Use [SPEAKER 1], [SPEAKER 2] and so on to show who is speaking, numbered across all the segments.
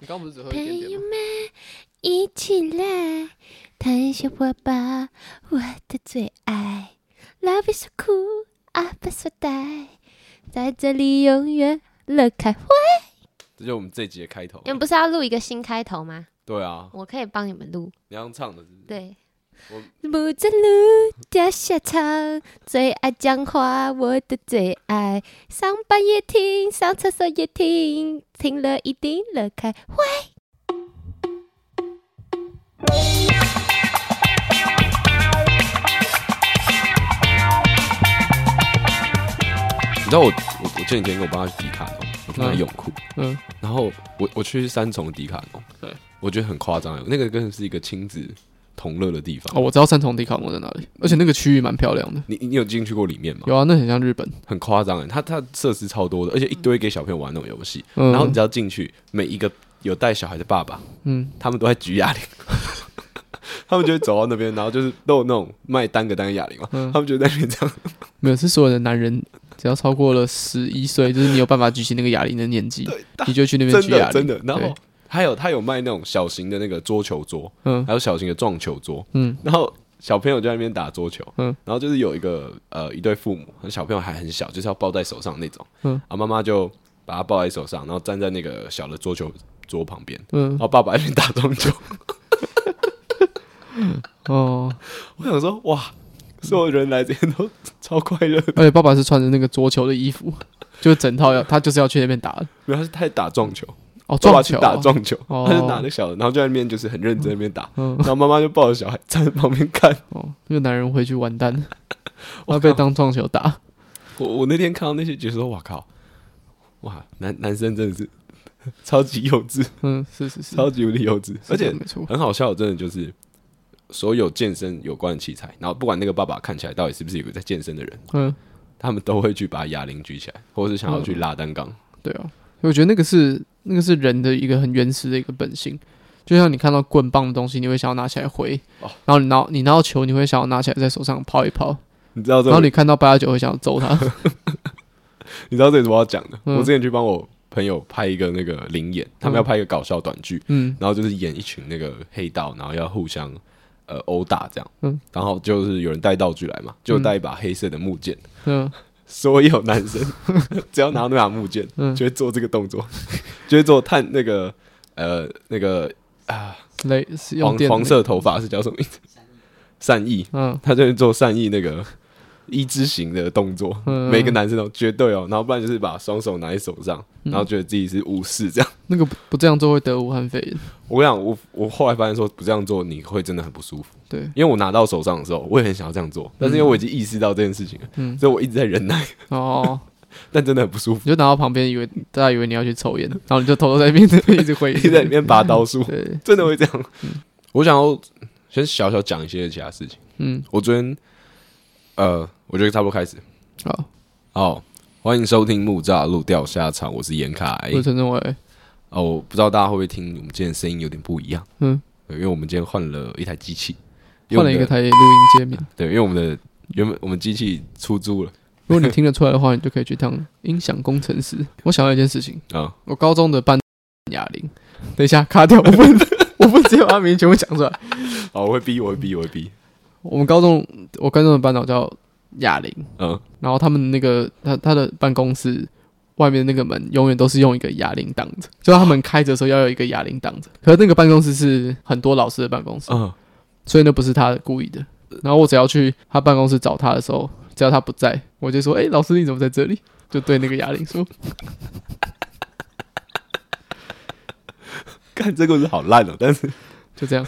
[SPEAKER 1] 你刚不是只喝一点
[SPEAKER 2] 朋友
[SPEAKER 1] 点吗？
[SPEAKER 2] 们，一起来探险我吧，我的最爱。Love is so cool, I be so die，在这里永远乐开花。
[SPEAKER 3] 这就是我们这一集的开头。
[SPEAKER 2] 你们不是要录一个新开头吗？
[SPEAKER 3] 对啊，
[SPEAKER 2] 我可以帮你们录。
[SPEAKER 3] 你要唱的是不是？
[SPEAKER 2] 对
[SPEAKER 3] 我。
[SPEAKER 2] 不走路，掉下场，最爱讲话，我的最爱。上班也听，上厕所也听，听了一定乐开花。
[SPEAKER 3] 你知道我我我前几天跟我爸去迪卡侬，我去买
[SPEAKER 1] 嗯
[SPEAKER 3] 泳裤，
[SPEAKER 1] 嗯，
[SPEAKER 3] 然后我我去三重迪卡侬，
[SPEAKER 1] 对，
[SPEAKER 3] 我觉得很夸张，欸那个更是一个亲子同乐的地方。
[SPEAKER 1] 哦，我知道三重迪卡侬在哪里，而且那个区域蛮漂亮的。
[SPEAKER 3] 你你有进去过里面吗？
[SPEAKER 1] 有啊，那很像日本。
[SPEAKER 3] 很夸张欸，它它设施超多的，而且一堆给小朋友玩那种游戏。
[SPEAKER 1] 嗯，
[SPEAKER 3] 然后你只要进去，每一个有带小孩的爸爸，
[SPEAKER 1] 嗯，
[SPEAKER 3] 他们都在举哑铃， 他们就会走到那边，然后就是都有那种卖单个单个哑铃嘛，
[SPEAKER 1] 嗯
[SPEAKER 3] 他们就在那边这样，
[SPEAKER 1] 没有，是所有的男人只要超过了十一岁，就是你有办法举起那个哑铃的年纪，你就去那边
[SPEAKER 3] 真
[SPEAKER 1] 举哑
[SPEAKER 3] 的
[SPEAKER 1] 铃。
[SPEAKER 3] 真的。啊然
[SPEAKER 1] 对
[SPEAKER 3] 后还有他有卖那种小型的那个桌球桌，
[SPEAKER 1] 嗯
[SPEAKER 3] 还有小型的撞球桌，
[SPEAKER 1] 嗯，
[SPEAKER 3] 然后小朋友就在那边打桌球，
[SPEAKER 1] 嗯
[SPEAKER 3] 然后就是有一个呃一对父母，小朋友还很小，就是要抱在手上那种，
[SPEAKER 1] 嗯，
[SPEAKER 3] 啊妈妈就把他抱在手上，然后站在那个小的桌球桌旁边，
[SPEAKER 1] 嗯
[SPEAKER 3] 然，后爸爸在那边打撞球，
[SPEAKER 1] 哦，
[SPEAKER 3] 我想说哇，所有人来这边都超快乐的，
[SPEAKER 1] 而且爸爸是穿着那个桌球的衣服， 就整套要他就是要去那边打的。
[SPEAKER 3] 没有他是他在打撞球，
[SPEAKER 1] 哦，
[SPEAKER 3] 爸
[SPEAKER 1] 撞
[SPEAKER 3] 爸去
[SPEAKER 1] 球
[SPEAKER 3] 打撞球，
[SPEAKER 1] 哦
[SPEAKER 3] 他就拿那小的，然后就在那边就是很认真在那边打，
[SPEAKER 1] 嗯
[SPEAKER 3] 然后妈妈就抱着小孩站在旁边看，
[SPEAKER 1] 哦，那个男人回去完 蛋了，他被当撞球打。
[SPEAKER 3] 我我那天看到那些，觉得说哇靠，哇男男生真的是超级幼稚。
[SPEAKER 1] 嗯，是是是，
[SPEAKER 3] 超级无敌幼稚，
[SPEAKER 1] 是这
[SPEAKER 3] 而且
[SPEAKER 1] 样没错。
[SPEAKER 3] 很好笑，真的就是所有健身有关的器材，然后不管那个爸爸看起来到底是不是有个在健身的人，
[SPEAKER 1] 嗯，
[SPEAKER 3] 他们都会去把哑铃举起来，或者是想要去拉单杠。
[SPEAKER 1] 对啊，我觉得那个是那个是人的一个很原始的一个本性。就像你看到棍棒的东西，你会想要拿起来挥；
[SPEAKER 3] 哦
[SPEAKER 1] 然后你拿你拿到球，你会想要拿起来在手上抛一 抛；
[SPEAKER 3] 你知道这
[SPEAKER 1] 然后
[SPEAKER 3] 种
[SPEAKER 1] 你看到八加九会想要揍 他。
[SPEAKER 3] 你知道这是我要讲的。
[SPEAKER 1] 嗯
[SPEAKER 3] 我之前去帮我朋友拍一个那个灵演，他们要拍一个搞笑短剧，
[SPEAKER 1] 嗯
[SPEAKER 3] 然后就是演一群那个黑道，然后要互相呃殴打这样。
[SPEAKER 1] 嗯
[SPEAKER 3] 然后就是有人带道具来嘛，就带一把黑色的木剑。
[SPEAKER 1] 嗯，
[SPEAKER 3] 所有男 生只要拿到那把木剑，
[SPEAKER 1] 嗯
[SPEAKER 3] 就会做这个动作， 就会做探那个呃那个啊
[SPEAKER 1] 雷是用
[SPEAKER 3] 黄
[SPEAKER 1] 电的
[SPEAKER 3] 黄色头发是叫什么名字？善意，
[SPEAKER 1] 那个。嗯
[SPEAKER 3] 他就会做善意那个一字形的动作，
[SPEAKER 1] 嗯
[SPEAKER 3] 每个男生都绝对哦，然后不然就是把双手拿在手上，
[SPEAKER 1] 嗯
[SPEAKER 3] 然后觉得自己是武士这样。
[SPEAKER 1] 那个不不这样做会得武汉肺炎。
[SPEAKER 3] 我跟你讲，我我后来发现说不这样做你会真的很不舒服，
[SPEAKER 1] 对，
[SPEAKER 3] 因为我拿到手上的时候，我也很想要这样做，但是因为我已经意识到这件事情了，
[SPEAKER 1] 嗯
[SPEAKER 3] 所以我一直在忍耐，
[SPEAKER 1] 哦，
[SPEAKER 3] 但真的很 不舒服，
[SPEAKER 1] 你就拿到旁边，以为大家以为你要去抽烟，然后你就偷偷在那边一直挥
[SPEAKER 3] 一直在里面拔刀术。
[SPEAKER 1] 对，
[SPEAKER 3] 真的会这样。我想要先小小讲一些其他事情。
[SPEAKER 1] 嗯，
[SPEAKER 3] 我昨天，呃，我觉得差不多开始。
[SPEAKER 1] 好，
[SPEAKER 3] 好，欢迎收听木栅路钓虾场，我是严凯。
[SPEAKER 1] 我是陈正伟，
[SPEAKER 3] 哦，我不知道大家会不会听我们今天的声音有点不一样。
[SPEAKER 1] 嗯
[SPEAKER 3] 对，因为我们今天换了一台机器，因为
[SPEAKER 1] 换
[SPEAKER 3] 我
[SPEAKER 1] 了
[SPEAKER 3] 们
[SPEAKER 1] 一
[SPEAKER 3] 的
[SPEAKER 1] 个台录音界面。
[SPEAKER 3] 对，因为我们的原本我们机器出租了
[SPEAKER 1] 如果你听得出来的话，你就可以去当音响工程师。我想到一件事情，
[SPEAKER 3] 啊，
[SPEAKER 1] 我高中的班哑铃，等一下卡掉，我不能， 我不能直接把名全部讲出来。
[SPEAKER 3] 哦，我会逼，我会逼，我会逼。
[SPEAKER 1] 我们高中，我高中的班长叫哑铃，
[SPEAKER 3] 嗯，
[SPEAKER 1] 然后他们那个他他的办公室外面那个门永远都是用一个哑铃挡着，就他们开着的时候要有一个哑铃挡着。可是那个办公室是很多老师的办公室，
[SPEAKER 3] 嗯，
[SPEAKER 1] 所以那不是他故意的。然后我只要去他办公室找他的时候，只要他不在，我就说：“哎、老师你怎么在这里？”就对那个哑铃说
[SPEAKER 3] 看这个是好烂哦，但是：“
[SPEAKER 1] 就这样。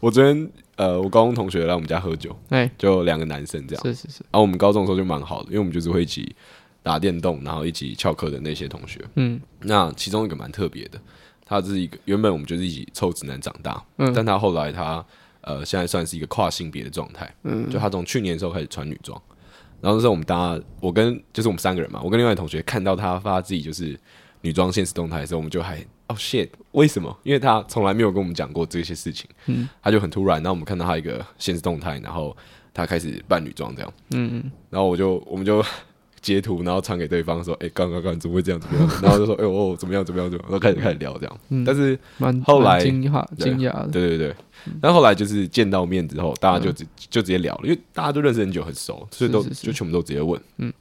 [SPEAKER 3] 我昨天呃，我高中同学来我们家喝酒，”
[SPEAKER 1] 哎，
[SPEAKER 3] 就两个男生这样。
[SPEAKER 1] 是是是，
[SPEAKER 3] 啊然后我们高中的时候就蛮好的，因为我们就是会一起打电动，然后一起翘课的那些同学。
[SPEAKER 1] 嗯
[SPEAKER 3] 那其中一个蛮特别的，他是一个原本我们就是一起臭直男长大，
[SPEAKER 1] 嗯
[SPEAKER 3] 但他后来他呃现在算是一个跨性别的状态，
[SPEAKER 1] 嗯
[SPEAKER 3] 就他从去年的时候开始穿女装。然后那时候我们大家，我跟就是我们三个人嘛，我跟另外一个同学看到他发自己就是女装现实动态的时候，我们就还哦 shit，为什么？因为他从来没有跟我们讲过这些事情，
[SPEAKER 1] 嗯
[SPEAKER 3] 他就很突然。然后我们看到他一个现实动态，然后他开始扮女装这样，
[SPEAKER 1] 嗯嗯，
[SPEAKER 3] 然后我就我们就 截图，然后传给对方说：“哎、刚刚刚怎么会这样？怎么样？”然后就说：“哎、哦，怎么样？怎么样？怎么样？”然后开始开始聊这样。
[SPEAKER 1] 嗯
[SPEAKER 3] 但是
[SPEAKER 1] 蛮
[SPEAKER 3] 后
[SPEAKER 1] 蛮
[SPEAKER 3] 来
[SPEAKER 1] 惊讶
[SPEAKER 3] 对
[SPEAKER 1] 惊讶的，
[SPEAKER 3] 对对对，但后来就是见到面之后，大家就直、就直接聊了，因为大家都认识很久，很熟，所以都
[SPEAKER 1] 嗯是是是
[SPEAKER 3] 就全部都直接问。
[SPEAKER 1] 嗯，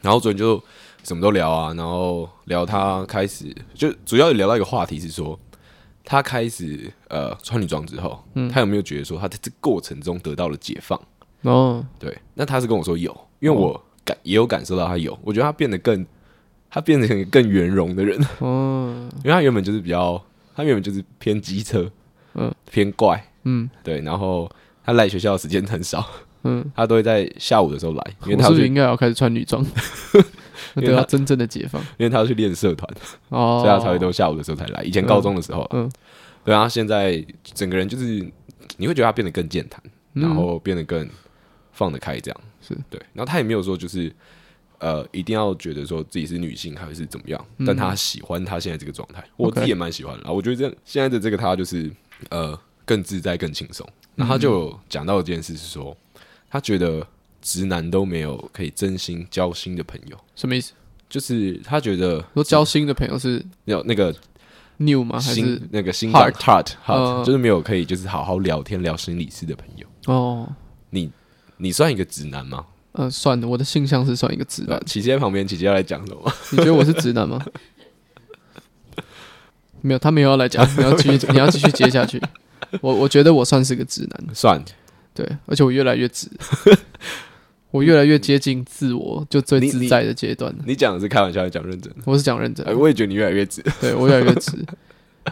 [SPEAKER 3] 然后昨天就什么都聊啊，然后聊他开始就主要聊到一个话题是说，他开始呃穿女装之后，
[SPEAKER 1] 嗯
[SPEAKER 3] 他有没有觉得说他在这过程中得到了解放？
[SPEAKER 1] 然 后
[SPEAKER 3] 对，那他是跟我说有，因为
[SPEAKER 1] 哦
[SPEAKER 3] 我感、也有感受到他有，我觉得他变得更他变成一个更圆融的人，
[SPEAKER 1] 哦，
[SPEAKER 3] 因为他原本就是比较他原本就是偏机车，
[SPEAKER 1] 嗯，
[SPEAKER 3] 偏怪。
[SPEAKER 1] 嗯
[SPEAKER 3] 对，然后他来学校的时间很少，
[SPEAKER 1] 嗯，
[SPEAKER 3] 他都会在下午的时候来，因为
[SPEAKER 1] 我
[SPEAKER 3] 他
[SPEAKER 1] 哦是不
[SPEAKER 3] 要去，
[SPEAKER 1] 是
[SPEAKER 3] 因
[SPEAKER 1] 应该要开始穿女 装，
[SPEAKER 3] 因为
[SPEAKER 1] 得到
[SPEAKER 3] 他
[SPEAKER 1] 真正的解放
[SPEAKER 3] 为他要去练社团，
[SPEAKER 1] 哦，
[SPEAKER 3] 所以他才会都下午的时候才来。以前高中的时候，
[SPEAKER 1] 嗯嗯
[SPEAKER 3] 对啊，他现在整个人就是你会觉得他变得更健谈，
[SPEAKER 1] 嗯
[SPEAKER 3] 然后变得更放得开，这样
[SPEAKER 1] 是
[SPEAKER 3] 对。然后他也没有说就是呃一定要觉得说自己是女性还是怎么样，
[SPEAKER 1] 嗯
[SPEAKER 3] 但他喜欢他现在这个状态，我
[SPEAKER 1] OK
[SPEAKER 3] 自己也蛮喜欢的啦。我觉得这样现在的这个他就是呃更自在、更轻松。那他就
[SPEAKER 1] 嗯
[SPEAKER 3] 有讲到一件事是说，他觉得直男都没有可以真心交心的朋友，
[SPEAKER 1] 什么意思？
[SPEAKER 3] 就是他觉得
[SPEAKER 1] 说交新的朋友是
[SPEAKER 3] 有那个
[SPEAKER 1] new 吗？啊还是
[SPEAKER 3] 心那个心
[SPEAKER 1] heart
[SPEAKER 3] heart heart，
[SPEAKER 1] 嗯
[SPEAKER 3] 就是没有可以就是好好聊天聊心理事的朋友。
[SPEAKER 1] 哦？
[SPEAKER 3] 你你算一个直男吗？
[SPEAKER 1] 呃，算了，我的性向是算一个直
[SPEAKER 3] 对吧
[SPEAKER 1] 男？。
[SPEAKER 3] 琪琪在旁边，琪琪要来讲什么？
[SPEAKER 1] 你觉得我是直男吗？没有，他没有要来 讲，你要继续，你要继续接下去。我我觉得我算是个直男，
[SPEAKER 3] 算
[SPEAKER 1] 对，而且我越来越 直，我越来越接近自我，就最
[SPEAKER 3] 你
[SPEAKER 1] 自
[SPEAKER 3] 你
[SPEAKER 1] 在的阶段了。
[SPEAKER 3] 你讲的是开玩笑，你讲认真的。
[SPEAKER 1] 我是讲认真
[SPEAKER 3] 哎，
[SPEAKER 1] 的，
[SPEAKER 3] 我也觉得你越来越直，
[SPEAKER 1] 对我越来越直，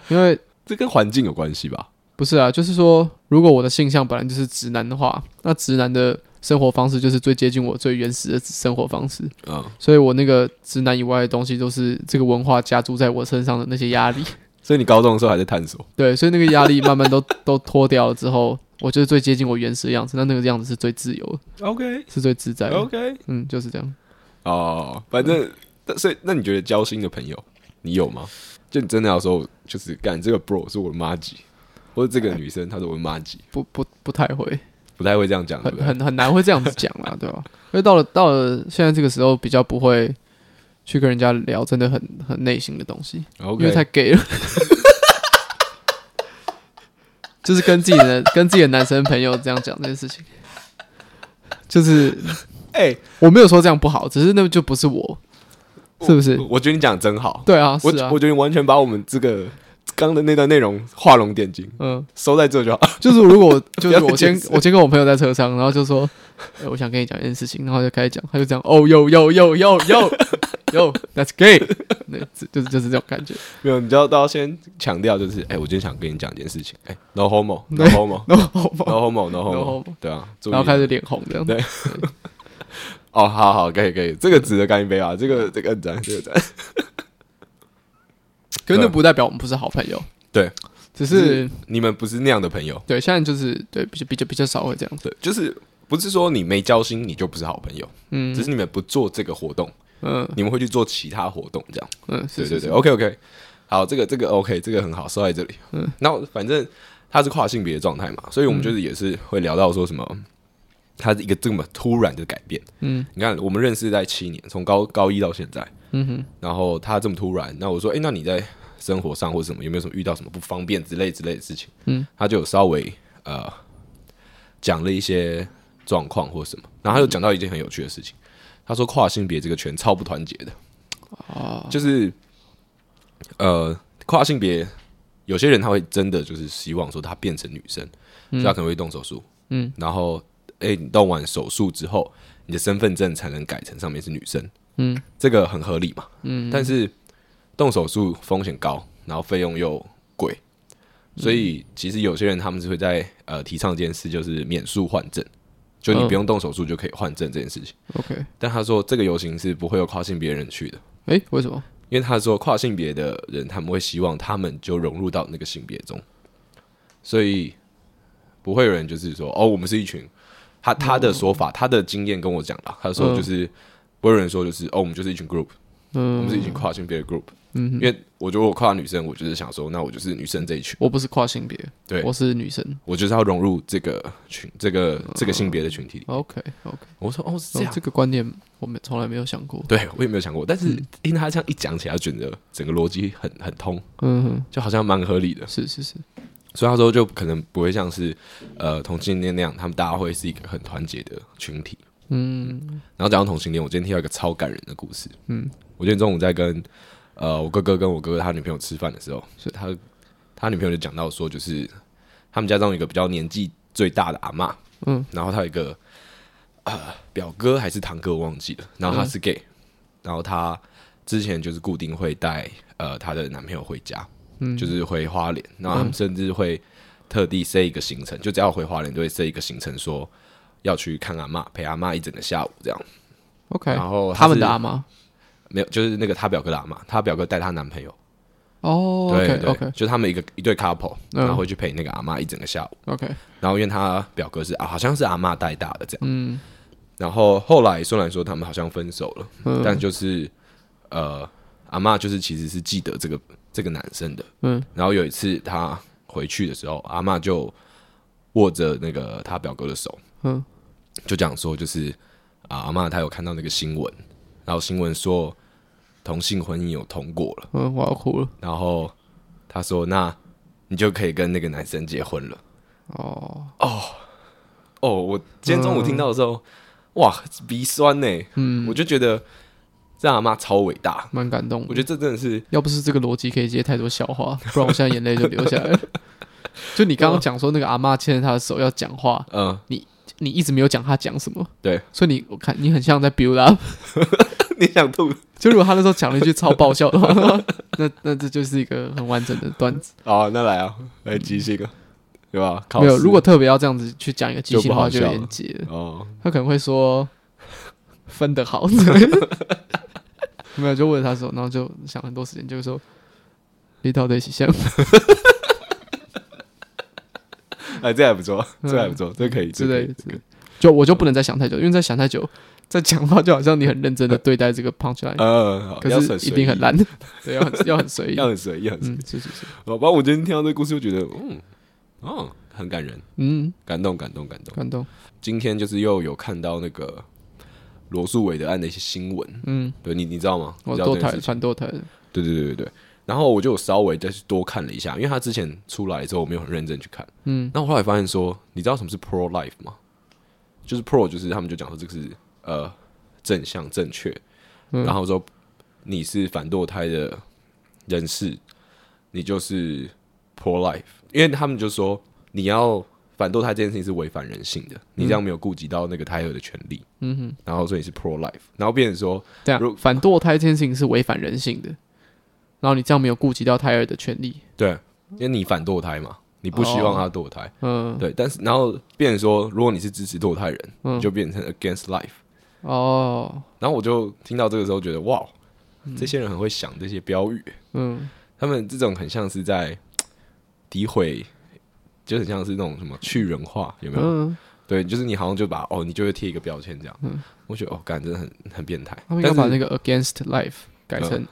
[SPEAKER 1] 因为
[SPEAKER 3] 这跟环境有关系吧？
[SPEAKER 1] 不是啊，就是说，如果我的性向本来就是直男的话，那直男的生活方式就是最接近我最原始的生活方式，
[SPEAKER 3] 嗯，
[SPEAKER 1] 所以我那个直男以外的东西都是这个文化加注在我身上的那些压力。
[SPEAKER 3] 所以你高中的时候还在探索，
[SPEAKER 1] 对，所以那个压力慢慢都都脱掉了之后，我就是最接近我原始的样子。那那个样子是最自由的，
[SPEAKER 3] OK
[SPEAKER 1] 是最自在的。
[SPEAKER 3] OK，
[SPEAKER 1] 嗯，就是这样。
[SPEAKER 3] 哦，反正，但所以那你觉得交心的朋友，你有吗？就你真的要说，就是干这个 bro 是我的妈吉，或者这个女生她是我的妈吉，
[SPEAKER 1] 不不不太会，
[SPEAKER 3] 不太会这样讲，对
[SPEAKER 1] 很
[SPEAKER 3] 不对？
[SPEAKER 1] 很很难会这样子讲啦，对吧？因为到了到了现在这个时候，比较不会去跟人家聊真的很很内心的东西，因
[SPEAKER 3] OK，
[SPEAKER 1] 为太 gay 了。就是跟自己的跟自己的男生朋友这样讲这件事情，就是
[SPEAKER 3] 哎、
[SPEAKER 1] 我没有说这样不好，只是那就不是我，是不是
[SPEAKER 3] 我？我觉得你讲得真好，
[SPEAKER 1] 对啊，
[SPEAKER 3] 我
[SPEAKER 1] 是啊
[SPEAKER 3] 我，觉得你完全把我们这个刚的那段内容画龙点睛，
[SPEAKER 1] 嗯，
[SPEAKER 3] 收在这就好。
[SPEAKER 1] 就是如 果就
[SPEAKER 3] 不要
[SPEAKER 1] 是
[SPEAKER 3] 再
[SPEAKER 1] 我先
[SPEAKER 3] 解释
[SPEAKER 1] 我先跟我朋友在车上，然后就说，欸、我想跟你讲一件事情，然后就开始讲，他就讲哦哟哟哟哟哟哟，That's gay，那就就是就是这种感觉。
[SPEAKER 3] 没有，你就要都要先强调，就是哎、我今天想跟你讲一件事情，哎、n o homo，no homo，no
[SPEAKER 1] 然后
[SPEAKER 3] homo，no
[SPEAKER 1] No
[SPEAKER 3] homo，
[SPEAKER 1] homo
[SPEAKER 3] 对啊，注意
[SPEAKER 1] 然后开始脸红这样
[SPEAKER 3] 对。哦，好好，可以可以，这个值得干一杯啊，这个这个很赞，这个赞。
[SPEAKER 1] 可是那不代表我们不是好朋友，
[SPEAKER 3] 对，
[SPEAKER 1] 只是
[SPEAKER 3] 你们不是那样的朋友，
[SPEAKER 1] 对现在就是对比较比较比较少会这样。
[SPEAKER 3] 对，就是不是说你没交心你就不是好朋友，
[SPEAKER 1] 嗯
[SPEAKER 3] 只是你们不做这个活动，
[SPEAKER 1] 嗯
[SPEAKER 3] 你们会去做其他活动，这样。
[SPEAKER 1] 嗯，是
[SPEAKER 3] 对
[SPEAKER 1] 是是，
[SPEAKER 3] 对对哦，OK OK，好，这个这个 OK，这个很好，收在这里。嗯， 那反正他是跨性别的状态嘛，所以
[SPEAKER 1] 嗯
[SPEAKER 3] 我们就是也是会聊到说什么，他是一个这么突然的改变。
[SPEAKER 1] 嗯，
[SPEAKER 3] 你看我们认识在七年，从高高一到现在，
[SPEAKER 1] 嗯哼，
[SPEAKER 3] 然后他这么突然，那我说，哎、那你在生活上或者什么有没有什么遇到什么不方便之类之类的事情？
[SPEAKER 1] 嗯，
[SPEAKER 3] 他就有稍微呃讲了一些状况或什么，然后他就讲到一件很有趣的事情，他说跨性别这个圈超不团结的，哦，就是呃跨性别有些人他会真的就是希望说他变成女生，所以他可能会动手术，
[SPEAKER 1] 嗯，
[SPEAKER 3] 然后哎、你动完手术之后，你的身份证才能改成上面是女生。
[SPEAKER 1] 嗯
[SPEAKER 3] 这个很合理嘛，
[SPEAKER 1] 嗯
[SPEAKER 3] 但是动手术风险高，然后费用又贵，
[SPEAKER 1] 嗯
[SPEAKER 3] 所以其实有些人他们是会在呃提倡这件事，就是免术换证，就你
[SPEAKER 1] 嗯
[SPEAKER 3] 不用动手术就可以换证这件事情。
[SPEAKER 1] ，OK，
[SPEAKER 3] 但他说这个游行是不会有跨性别人去的，
[SPEAKER 1] 哎，为什么？
[SPEAKER 3] 因为他说跨性别的人他们会希望他们就融入到那个性别中，所以不会有人就是说哦，我们是一群。他他的说法，他的经验跟我讲啦，他说就是不会有人说就是哦，我们就是一群 group，我
[SPEAKER 1] 嗯
[SPEAKER 3] 们是一群跨性别的 group。
[SPEAKER 1] 嗯哼
[SPEAKER 3] 因为我觉得我跨女生，我就是想说，那我就是女生这一群，
[SPEAKER 1] 我不是跨性别，
[SPEAKER 3] 对
[SPEAKER 1] 我是女生。
[SPEAKER 3] 我就是要融入这个群、这个这个性别的群体里。
[SPEAKER 1] OK OK，
[SPEAKER 3] 我说哦，是这
[SPEAKER 1] 这哦
[SPEAKER 3] 样，
[SPEAKER 1] 这个观念我们从来没有想过。
[SPEAKER 3] 对我也没有想过，但是听他这样一讲起来，觉得整个逻辑很很通，
[SPEAKER 1] 嗯哼，
[SPEAKER 3] 就好像蛮合理的。
[SPEAKER 1] 是是是，
[SPEAKER 3] 所以他说就可能不会像是呃同性恋那样，他们大家会是一个很团结的群体。
[SPEAKER 1] 嗯
[SPEAKER 3] 然后讲到同性恋，我今天听到一个超感人的故事。
[SPEAKER 1] 嗯，
[SPEAKER 3] 我今天中午在跟呃我哥哥跟我哥哥他女朋友吃饭的时候，所以他他女朋友就讲到说，就是他们家中有一个比较年纪最大的阿嬷，
[SPEAKER 1] 嗯，
[SPEAKER 3] 然后他有一个呃表哥还是堂哥，我忘记了，然后他
[SPEAKER 1] 嗯
[SPEAKER 3] 是 gay，、然后他之前就是固定会带呃她的男朋友回家，
[SPEAKER 1] 嗯，
[SPEAKER 3] 就是回花莲，然后他们甚至会特地塞一个行程，就只要回花莲就会塞一个行程说。要去看阿嬷，陪阿嬷一整个下午这样。
[SPEAKER 1] OK。
[SPEAKER 3] 然后
[SPEAKER 1] 他们
[SPEAKER 3] 是
[SPEAKER 1] 的啊阿妈
[SPEAKER 3] 没有，就是那个她表哥的阿妈，她表哥带她男朋友，
[SPEAKER 1] 哦
[SPEAKER 3] 对
[SPEAKER 1] ，OK
[SPEAKER 3] 对
[SPEAKER 1] OK
[SPEAKER 3] 就他们一个一对 couple，
[SPEAKER 1] 嗯
[SPEAKER 3] 然后会去陪那个阿妈一整个下午。
[SPEAKER 1] OK，
[SPEAKER 3] 然后因为她表哥是啊，好像是阿妈带大的这样。
[SPEAKER 1] 嗯
[SPEAKER 3] 然后后来虽然说他们好像分手了，
[SPEAKER 1] 嗯
[SPEAKER 3] 但就是呃，阿妈就是其实是记得这个这个男生的。
[SPEAKER 1] 嗯
[SPEAKER 3] 然后有一次她回去的时候，阿妈就握着那个她表哥的手，
[SPEAKER 1] 嗯
[SPEAKER 3] 就讲说就是啊，阿妈她有看到那个新闻，然后新闻说同性婚姻有通过了。
[SPEAKER 1] 嗯，我要哭了
[SPEAKER 3] 然后他说：“那你就可以跟那个男生结婚了。
[SPEAKER 1] 哦，”
[SPEAKER 3] 哦，我今天中午听到的时候，哇，鼻酸呢。嗯，我就觉得这阿妈超伟大。
[SPEAKER 1] 蛮感动的。
[SPEAKER 3] 我觉得这真的是
[SPEAKER 1] 要不是这个逻辑可以接太多笑 话，不然我现在眼泪就流下来了。就你刚刚讲说那个阿妈牵着他的手要讲话，
[SPEAKER 3] 呃，
[SPEAKER 1] 你一直没有讲他讲什么，
[SPEAKER 3] 对，
[SPEAKER 1] 所以你我看你很像在 build up。
[SPEAKER 3] 你想吐
[SPEAKER 1] 就如果他那时候讲了一句超爆笑 的话，那那这就是一个很完整的段子。
[SPEAKER 3] 好，那来啊，来即兴啊，对吧？考
[SPEAKER 1] 没有，
[SPEAKER 3] 试
[SPEAKER 1] 如果特别要这样子去讲一个即兴的话，
[SPEAKER 3] 就
[SPEAKER 1] 就有
[SPEAKER 3] 不好笑
[SPEAKER 1] 点解了。
[SPEAKER 3] 哦，
[SPEAKER 1] 他可能会说分得好之类的， 没有就问他说，然后就想很多时间，就是说你到底是想
[SPEAKER 3] 哎，这还不错，
[SPEAKER 1] 嗯
[SPEAKER 3] 这还不错，这可以，
[SPEAKER 1] 之
[SPEAKER 3] 这可
[SPEAKER 1] 类
[SPEAKER 3] 以
[SPEAKER 1] 的
[SPEAKER 3] 这个，
[SPEAKER 1] 就我就不能再想太久，因为再想太久，再讲话就好像你很认真的对待这个 punch line，、
[SPEAKER 3] 呃，好
[SPEAKER 1] 可
[SPEAKER 3] 要
[SPEAKER 1] 是
[SPEAKER 3] 很
[SPEAKER 1] 一
[SPEAKER 3] 随
[SPEAKER 1] 定
[SPEAKER 3] 意
[SPEAKER 1] 很， 烂，对，要很 要很随意
[SPEAKER 3] 要。很随意，很随意
[SPEAKER 1] 嗯，是是是，
[SPEAKER 3] 好吧，我今天听到这个故事，我觉得，嗯，哦，很感人，
[SPEAKER 1] 嗯，
[SPEAKER 3] 感动，感动，感动。
[SPEAKER 1] 感动，
[SPEAKER 3] 今天就是又有看到那个罗素韦德案的一些新闻，
[SPEAKER 1] 嗯，
[SPEAKER 3] 对你你知道吗？
[SPEAKER 1] 我
[SPEAKER 3] 你知道
[SPEAKER 1] 堕
[SPEAKER 3] 这件
[SPEAKER 1] 胎
[SPEAKER 3] 事情
[SPEAKER 1] 传堕胎的，
[SPEAKER 3] 对对对对对。然后我就有稍微再去多看了一下，因为他之前出来之后，我没有很认真去看。
[SPEAKER 1] 嗯，
[SPEAKER 3] 那我后来发现说，你知道什么是 pro life 吗？就是 pro 就是他们就讲说这个是呃正向正确，
[SPEAKER 1] 嗯
[SPEAKER 3] 然后说你是反堕胎的人士，你就是 pro life，因为他们就说你要反堕胎这件事情是违反人性的，你这样没有顾及到那个胎儿的权利，
[SPEAKER 1] 嗯哼，
[SPEAKER 3] 然后所以你是 pro life，然后变成说
[SPEAKER 1] 这
[SPEAKER 3] 如
[SPEAKER 1] 样反堕胎这件事情是违反人性的，然后你这样没有顾及到胎儿的权利，
[SPEAKER 3] 对，因为你反堕胎嘛，你不希望他堕胎，
[SPEAKER 1] 嗯，
[SPEAKER 3] 对，但是然后变成说如果你是支持堕胎人，
[SPEAKER 1] 嗯
[SPEAKER 3] 你就变成 against life。
[SPEAKER 1] 哦，
[SPEAKER 3] 然后我就听到这个时候觉得，哇，这些人很会想这些标语，
[SPEAKER 1] 嗯，
[SPEAKER 3] 他们这种很像是在诋毁，就很像是那种什么去人化，有没有？
[SPEAKER 1] 嗯，
[SPEAKER 3] 对，就是你好像就把哦，你就会贴一个标签这样。我觉得哦，感真的很很变态。
[SPEAKER 1] 他们
[SPEAKER 3] 但
[SPEAKER 1] 要
[SPEAKER 3] 是嗯
[SPEAKER 1] 把那个 against life 改成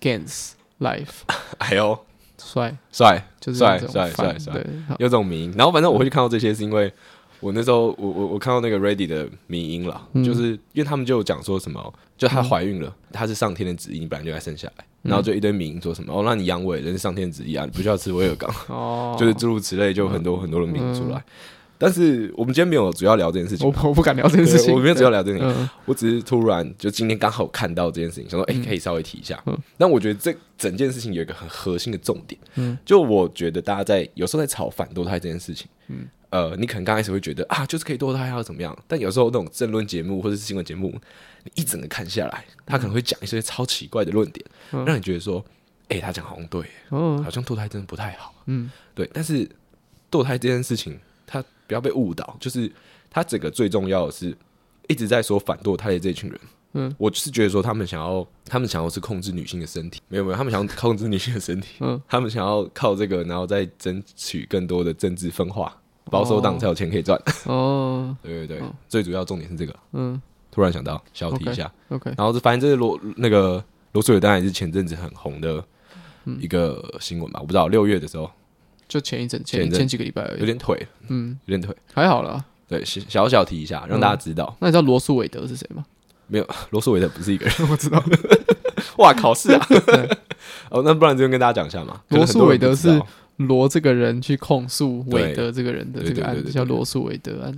[SPEAKER 1] against life，
[SPEAKER 3] 哎呦，
[SPEAKER 1] 帅，
[SPEAKER 3] 帅，
[SPEAKER 1] 就是
[SPEAKER 3] 帅
[SPEAKER 1] 那种
[SPEAKER 3] 帅
[SPEAKER 1] 反
[SPEAKER 3] 帅帅
[SPEAKER 1] 对， 好
[SPEAKER 3] 有这种名。然后反正我会去看到这些，是因为我那时候我我我看到那个 Ready 的迷音了，
[SPEAKER 1] 嗯
[SPEAKER 3] 就是因为他们就有讲说什么，就她怀孕了，她是上天的旨意，你本来就该生下
[SPEAKER 1] 嗯
[SPEAKER 3] 来。然后就一堆名说什么哦，那你阳痿人是上天的旨意啊，你不需要吃威尔刚，
[SPEAKER 1] 哦，嗯
[SPEAKER 3] 就是诸如此类，就有很多很多的名出来。但是我们今天没有主要聊这件事情
[SPEAKER 1] 我
[SPEAKER 3] 啊，
[SPEAKER 1] 我不敢聊这件事
[SPEAKER 3] 对
[SPEAKER 1] 情，
[SPEAKER 3] 我没有主要聊这件事情，
[SPEAKER 1] 嗯
[SPEAKER 3] 我只是突然就今天刚好看到这件事情，想说哎、诶可以稍微提一下。
[SPEAKER 1] 嗯
[SPEAKER 3] 但我觉得这整件事情有一个很核心的重点，
[SPEAKER 1] 嗯
[SPEAKER 3] 就我觉得大家在有时候在吵反堕胎这件事情，
[SPEAKER 1] 嗯
[SPEAKER 3] 呃，你可能刚开始会觉得啊，就是可以堕胎啊怎么样，但有时候那种政论节目或者是新闻节目，你一整个看下来，他可能会讲一些超奇怪的论点，
[SPEAKER 1] 嗯
[SPEAKER 3] 让你觉得说，哎、他讲好像对耶，
[SPEAKER 1] 嗯
[SPEAKER 3] 好像堕胎真的不太好，
[SPEAKER 1] 嗯
[SPEAKER 3] 对，但是堕胎这件事情，他不要被误导，就是他整个最重要的是一直在说反堕胎的这群人。
[SPEAKER 1] 嗯，
[SPEAKER 3] 我就是觉得说，他们想要，他们想要是控制女性的身体，没有没有，他们想要控制女性的身体，
[SPEAKER 1] 嗯，
[SPEAKER 3] 他们想要靠这个，然后再争取更多的政治分化，保守党
[SPEAKER 1] 哦
[SPEAKER 3] 才有钱可以赚。
[SPEAKER 1] 哦，
[SPEAKER 3] 对对对，最主要重点是这个。
[SPEAKER 1] 嗯
[SPEAKER 3] 突然想到，小提一下
[SPEAKER 1] ，OK，
[SPEAKER 3] 然后就发现这是罗那个罗素伟当然也是前阵子很红的
[SPEAKER 1] 嗯
[SPEAKER 3] 一个新闻吧，我不知道六月的时候
[SPEAKER 1] 就前一阵
[SPEAKER 3] 前一
[SPEAKER 1] 前
[SPEAKER 3] 阵
[SPEAKER 1] 前几个礼拜而
[SPEAKER 3] 有
[SPEAKER 1] 已，
[SPEAKER 3] 点腿，
[SPEAKER 1] 嗯，
[SPEAKER 3] 有点腿，
[SPEAKER 1] 还好啦。
[SPEAKER 3] 对，小小小提一下，让大
[SPEAKER 1] 嗯
[SPEAKER 3] 家知道，
[SPEAKER 1] 那你知道罗素韦德是谁吗？
[SPEAKER 3] 没有罗素伟的不是一 个人，我知道。哇，考试啊！ 哦，那不然就跟大家讲一下嘛。可能很多人不知道
[SPEAKER 1] 罗素韦德罗这个人去控诉韦德这个人的
[SPEAKER 3] 对
[SPEAKER 1] 这个
[SPEAKER 3] 对对
[SPEAKER 1] 案
[SPEAKER 3] 对
[SPEAKER 1] 子
[SPEAKER 3] 对
[SPEAKER 1] 叫
[SPEAKER 3] 对
[SPEAKER 1] 罗素韦德案，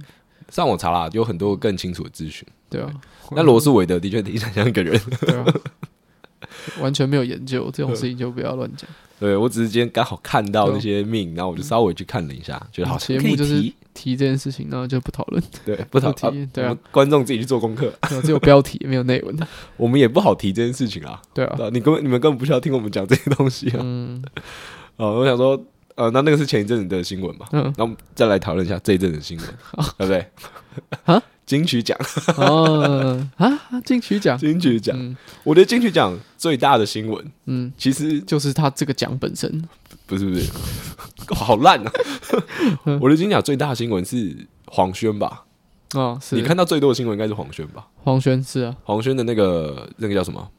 [SPEAKER 3] 上网查啦，有很多更清楚的资讯。
[SPEAKER 1] 对啊，
[SPEAKER 3] 那罗素韦德的确听起来像一个人，
[SPEAKER 1] 对啊，完全没有研究这种事情就不要乱讲。
[SPEAKER 3] 对我只是今天刚好看到
[SPEAKER 1] 对啊嗯
[SPEAKER 3] 那些命，然后我就稍微去看了一下，觉得好
[SPEAKER 1] 节
[SPEAKER 3] 可
[SPEAKER 1] 目
[SPEAKER 3] 以
[SPEAKER 1] 就是
[SPEAKER 3] 提
[SPEAKER 1] 提这件事情，那就不讨论，
[SPEAKER 3] 对不讨
[SPEAKER 1] 不提对啊，
[SPEAKER 3] 我们观众自己去做功课，
[SPEAKER 1] 对啊只有标题没有内文的，
[SPEAKER 3] 我们也不好提这件事情啊。
[SPEAKER 1] 对啊
[SPEAKER 3] 对，啊你根本你们根本不需要听我们讲这些东西啊。
[SPEAKER 1] 嗯
[SPEAKER 3] 哦，我想说，呃，那那个是前一阵子的新闻嘛，
[SPEAKER 1] 嗯，哦
[SPEAKER 3] 那我们再来讨论一下这一阵子的新闻，对不对？
[SPEAKER 1] 啊，
[SPEAKER 3] 金曲奖，
[SPEAKER 1] 哦啊，金曲奖，
[SPEAKER 3] 金曲奖，
[SPEAKER 1] 嗯
[SPEAKER 3] 我觉得金曲奖最大的新闻
[SPEAKER 1] 嗯，
[SPEAKER 3] 其实
[SPEAKER 1] 就是他这个奖本身，
[SPEAKER 3] 不是不是， 好烂 啊！
[SPEAKER 1] 嗯
[SPEAKER 3] 我的金奖最大的新闻是黄轩吧？
[SPEAKER 1] 哦，是
[SPEAKER 3] 你看到最多的新闻应该是黄轩吧？
[SPEAKER 1] 黄轩是啊，
[SPEAKER 3] 黄轩的那个那个叫什么？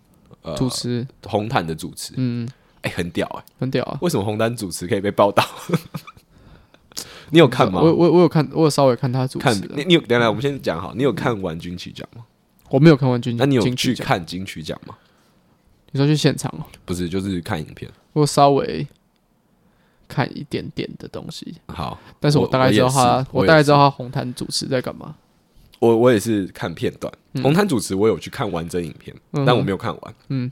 [SPEAKER 3] 呃，
[SPEAKER 1] 主持，
[SPEAKER 3] 红毯的主持，哎、
[SPEAKER 1] 嗯，
[SPEAKER 3] 很屌哎、
[SPEAKER 1] 很屌啊。
[SPEAKER 3] 为什么红毯主持可以被报道？ 你有看吗？
[SPEAKER 1] 我我我有看，我有稍微看他主
[SPEAKER 3] 看
[SPEAKER 1] 持的
[SPEAKER 3] 你，你有等一下，我们先讲好，你有看完金曲奖吗？
[SPEAKER 1] 我没有看完金，
[SPEAKER 3] 那你有
[SPEAKER 1] 嗯金曲
[SPEAKER 3] 去
[SPEAKER 1] 奖？
[SPEAKER 3] 看金曲奖吗？
[SPEAKER 1] 你说去现场哦，
[SPEAKER 3] 不是，就是看影片。
[SPEAKER 1] 我稍微看一点点的东西，
[SPEAKER 3] 好，
[SPEAKER 1] 但是我
[SPEAKER 3] 我
[SPEAKER 1] 大概知道
[SPEAKER 3] 我也
[SPEAKER 1] 他
[SPEAKER 3] 是，
[SPEAKER 1] 我
[SPEAKER 3] 我也
[SPEAKER 1] 大概知道他红毯主持在干嘛。
[SPEAKER 3] 我我也是看片段，红毯主持我有去看完整影片，
[SPEAKER 1] 嗯嗯哼
[SPEAKER 3] 但我没有看完。
[SPEAKER 1] 嗯，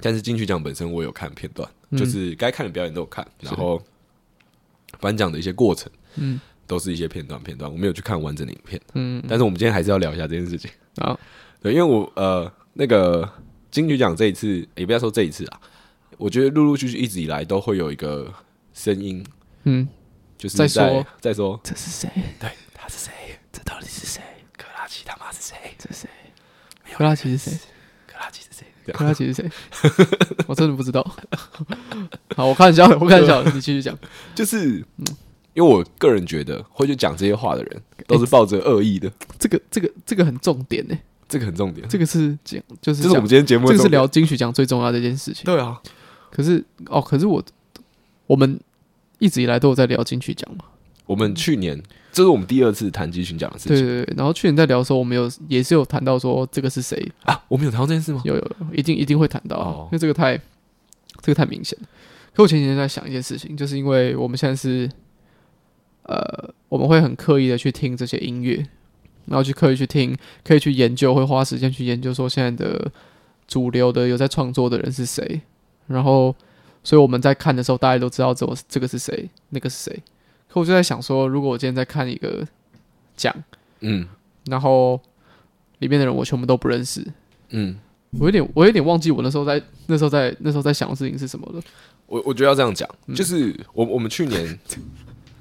[SPEAKER 3] 但是金曲奖本身我有看片段，
[SPEAKER 1] 嗯
[SPEAKER 3] 就是该看的表演都有看，然后颁奖的一些过程，
[SPEAKER 1] 嗯，
[SPEAKER 3] 都是一些片段片段，我没有去看完整的影片。
[SPEAKER 1] 嗯，
[SPEAKER 3] 但是我们今天还是要聊一下这件事情，
[SPEAKER 1] 啊，
[SPEAKER 3] 对，因为我呃那个金曲奖这一次，也不要说这一次啊，我觉得陆陆续续一直以来都会有一个声音，
[SPEAKER 1] 嗯，
[SPEAKER 3] 就是
[SPEAKER 1] 在
[SPEAKER 3] 在
[SPEAKER 1] 说
[SPEAKER 3] 在说
[SPEAKER 1] 这是谁？
[SPEAKER 3] 对，他是谁？这到底是谁？克拉奇他妈是谁？
[SPEAKER 1] 这是谁？克拉奇是谁？
[SPEAKER 3] 克拉奇是谁？这
[SPEAKER 1] 克拉奇是谁？ 我真的不知道。 好，我看一下，我看一下，
[SPEAKER 3] 啊
[SPEAKER 1] 你继续讲。
[SPEAKER 3] 就是，因为我个人觉得会去讲这些话的人，都是抱着恶意的，
[SPEAKER 1] 这个这个这个很重点呢，
[SPEAKER 3] 这个很重点。
[SPEAKER 1] 这个是讲就是
[SPEAKER 3] 这是我
[SPEAKER 1] 讲
[SPEAKER 3] 们今天节目的
[SPEAKER 1] 这个是
[SPEAKER 3] 重点
[SPEAKER 1] 聊金曲奖最重要的一件事情。
[SPEAKER 3] 对啊，
[SPEAKER 1] 可是哦，可是我我们一直以来都有在聊金曲奖嘛，
[SPEAKER 3] 我们去年这是我们第二次谈集群奖的事
[SPEAKER 1] 对
[SPEAKER 3] 情
[SPEAKER 1] 对对。然后去年在聊的时候，我们有也是有谈到说哦这个是谁，
[SPEAKER 3] 啊，我们有谈到这件事吗？
[SPEAKER 1] 有有有，一定一定会谈到，啊
[SPEAKER 3] 哦
[SPEAKER 1] 因为这个太这个太明显了。可我前几天在想一件事情，就是因为我们现在是呃，我们会很刻意的去听这些音乐，然后去刻意去听，可以去研究，会花时间去研究说现在的主流的有在创作的人是谁，然后所以我们在看的时候，大家都知道这我这个是谁，那个是谁。可我就在想说，如果我今天在看一个奖，
[SPEAKER 3] 嗯
[SPEAKER 1] 然后里面的人我全部都不认识，
[SPEAKER 3] 嗯，
[SPEAKER 1] 我有点，我有点忘记我那时候在那时候在那时候在想的事情是什么了。
[SPEAKER 3] 我我觉得要这样讲，
[SPEAKER 1] 嗯
[SPEAKER 3] 就是我我们 去年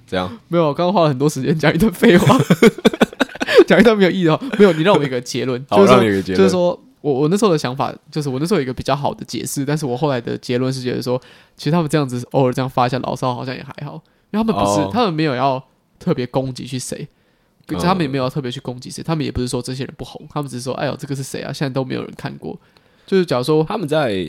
[SPEAKER 3] 怎样？
[SPEAKER 1] 没有，啊我刚刚花了很多时间讲一段废话， 讲一段没有意义的话。没有，你让我有一个结论，
[SPEAKER 3] 好
[SPEAKER 1] 就是说
[SPEAKER 3] 让你有一个结论
[SPEAKER 1] 就是说我我那时候的想法，就是我那时候有一个比较好的解释，但是我后来的结论是觉得说，其实他们这样子偶尔这样发一下牢骚，好像也还好，因为他们不是、
[SPEAKER 3] 哦
[SPEAKER 1] 他们没有要特别攻击去谁。可
[SPEAKER 3] 嗯
[SPEAKER 1] 是他们也没有要特别去攻击谁，他们也不是说这些人不红，他们只是说，哎呦，这个是谁啊？现在都没有人看过。就是假如说
[SPEAKER 3] 他们在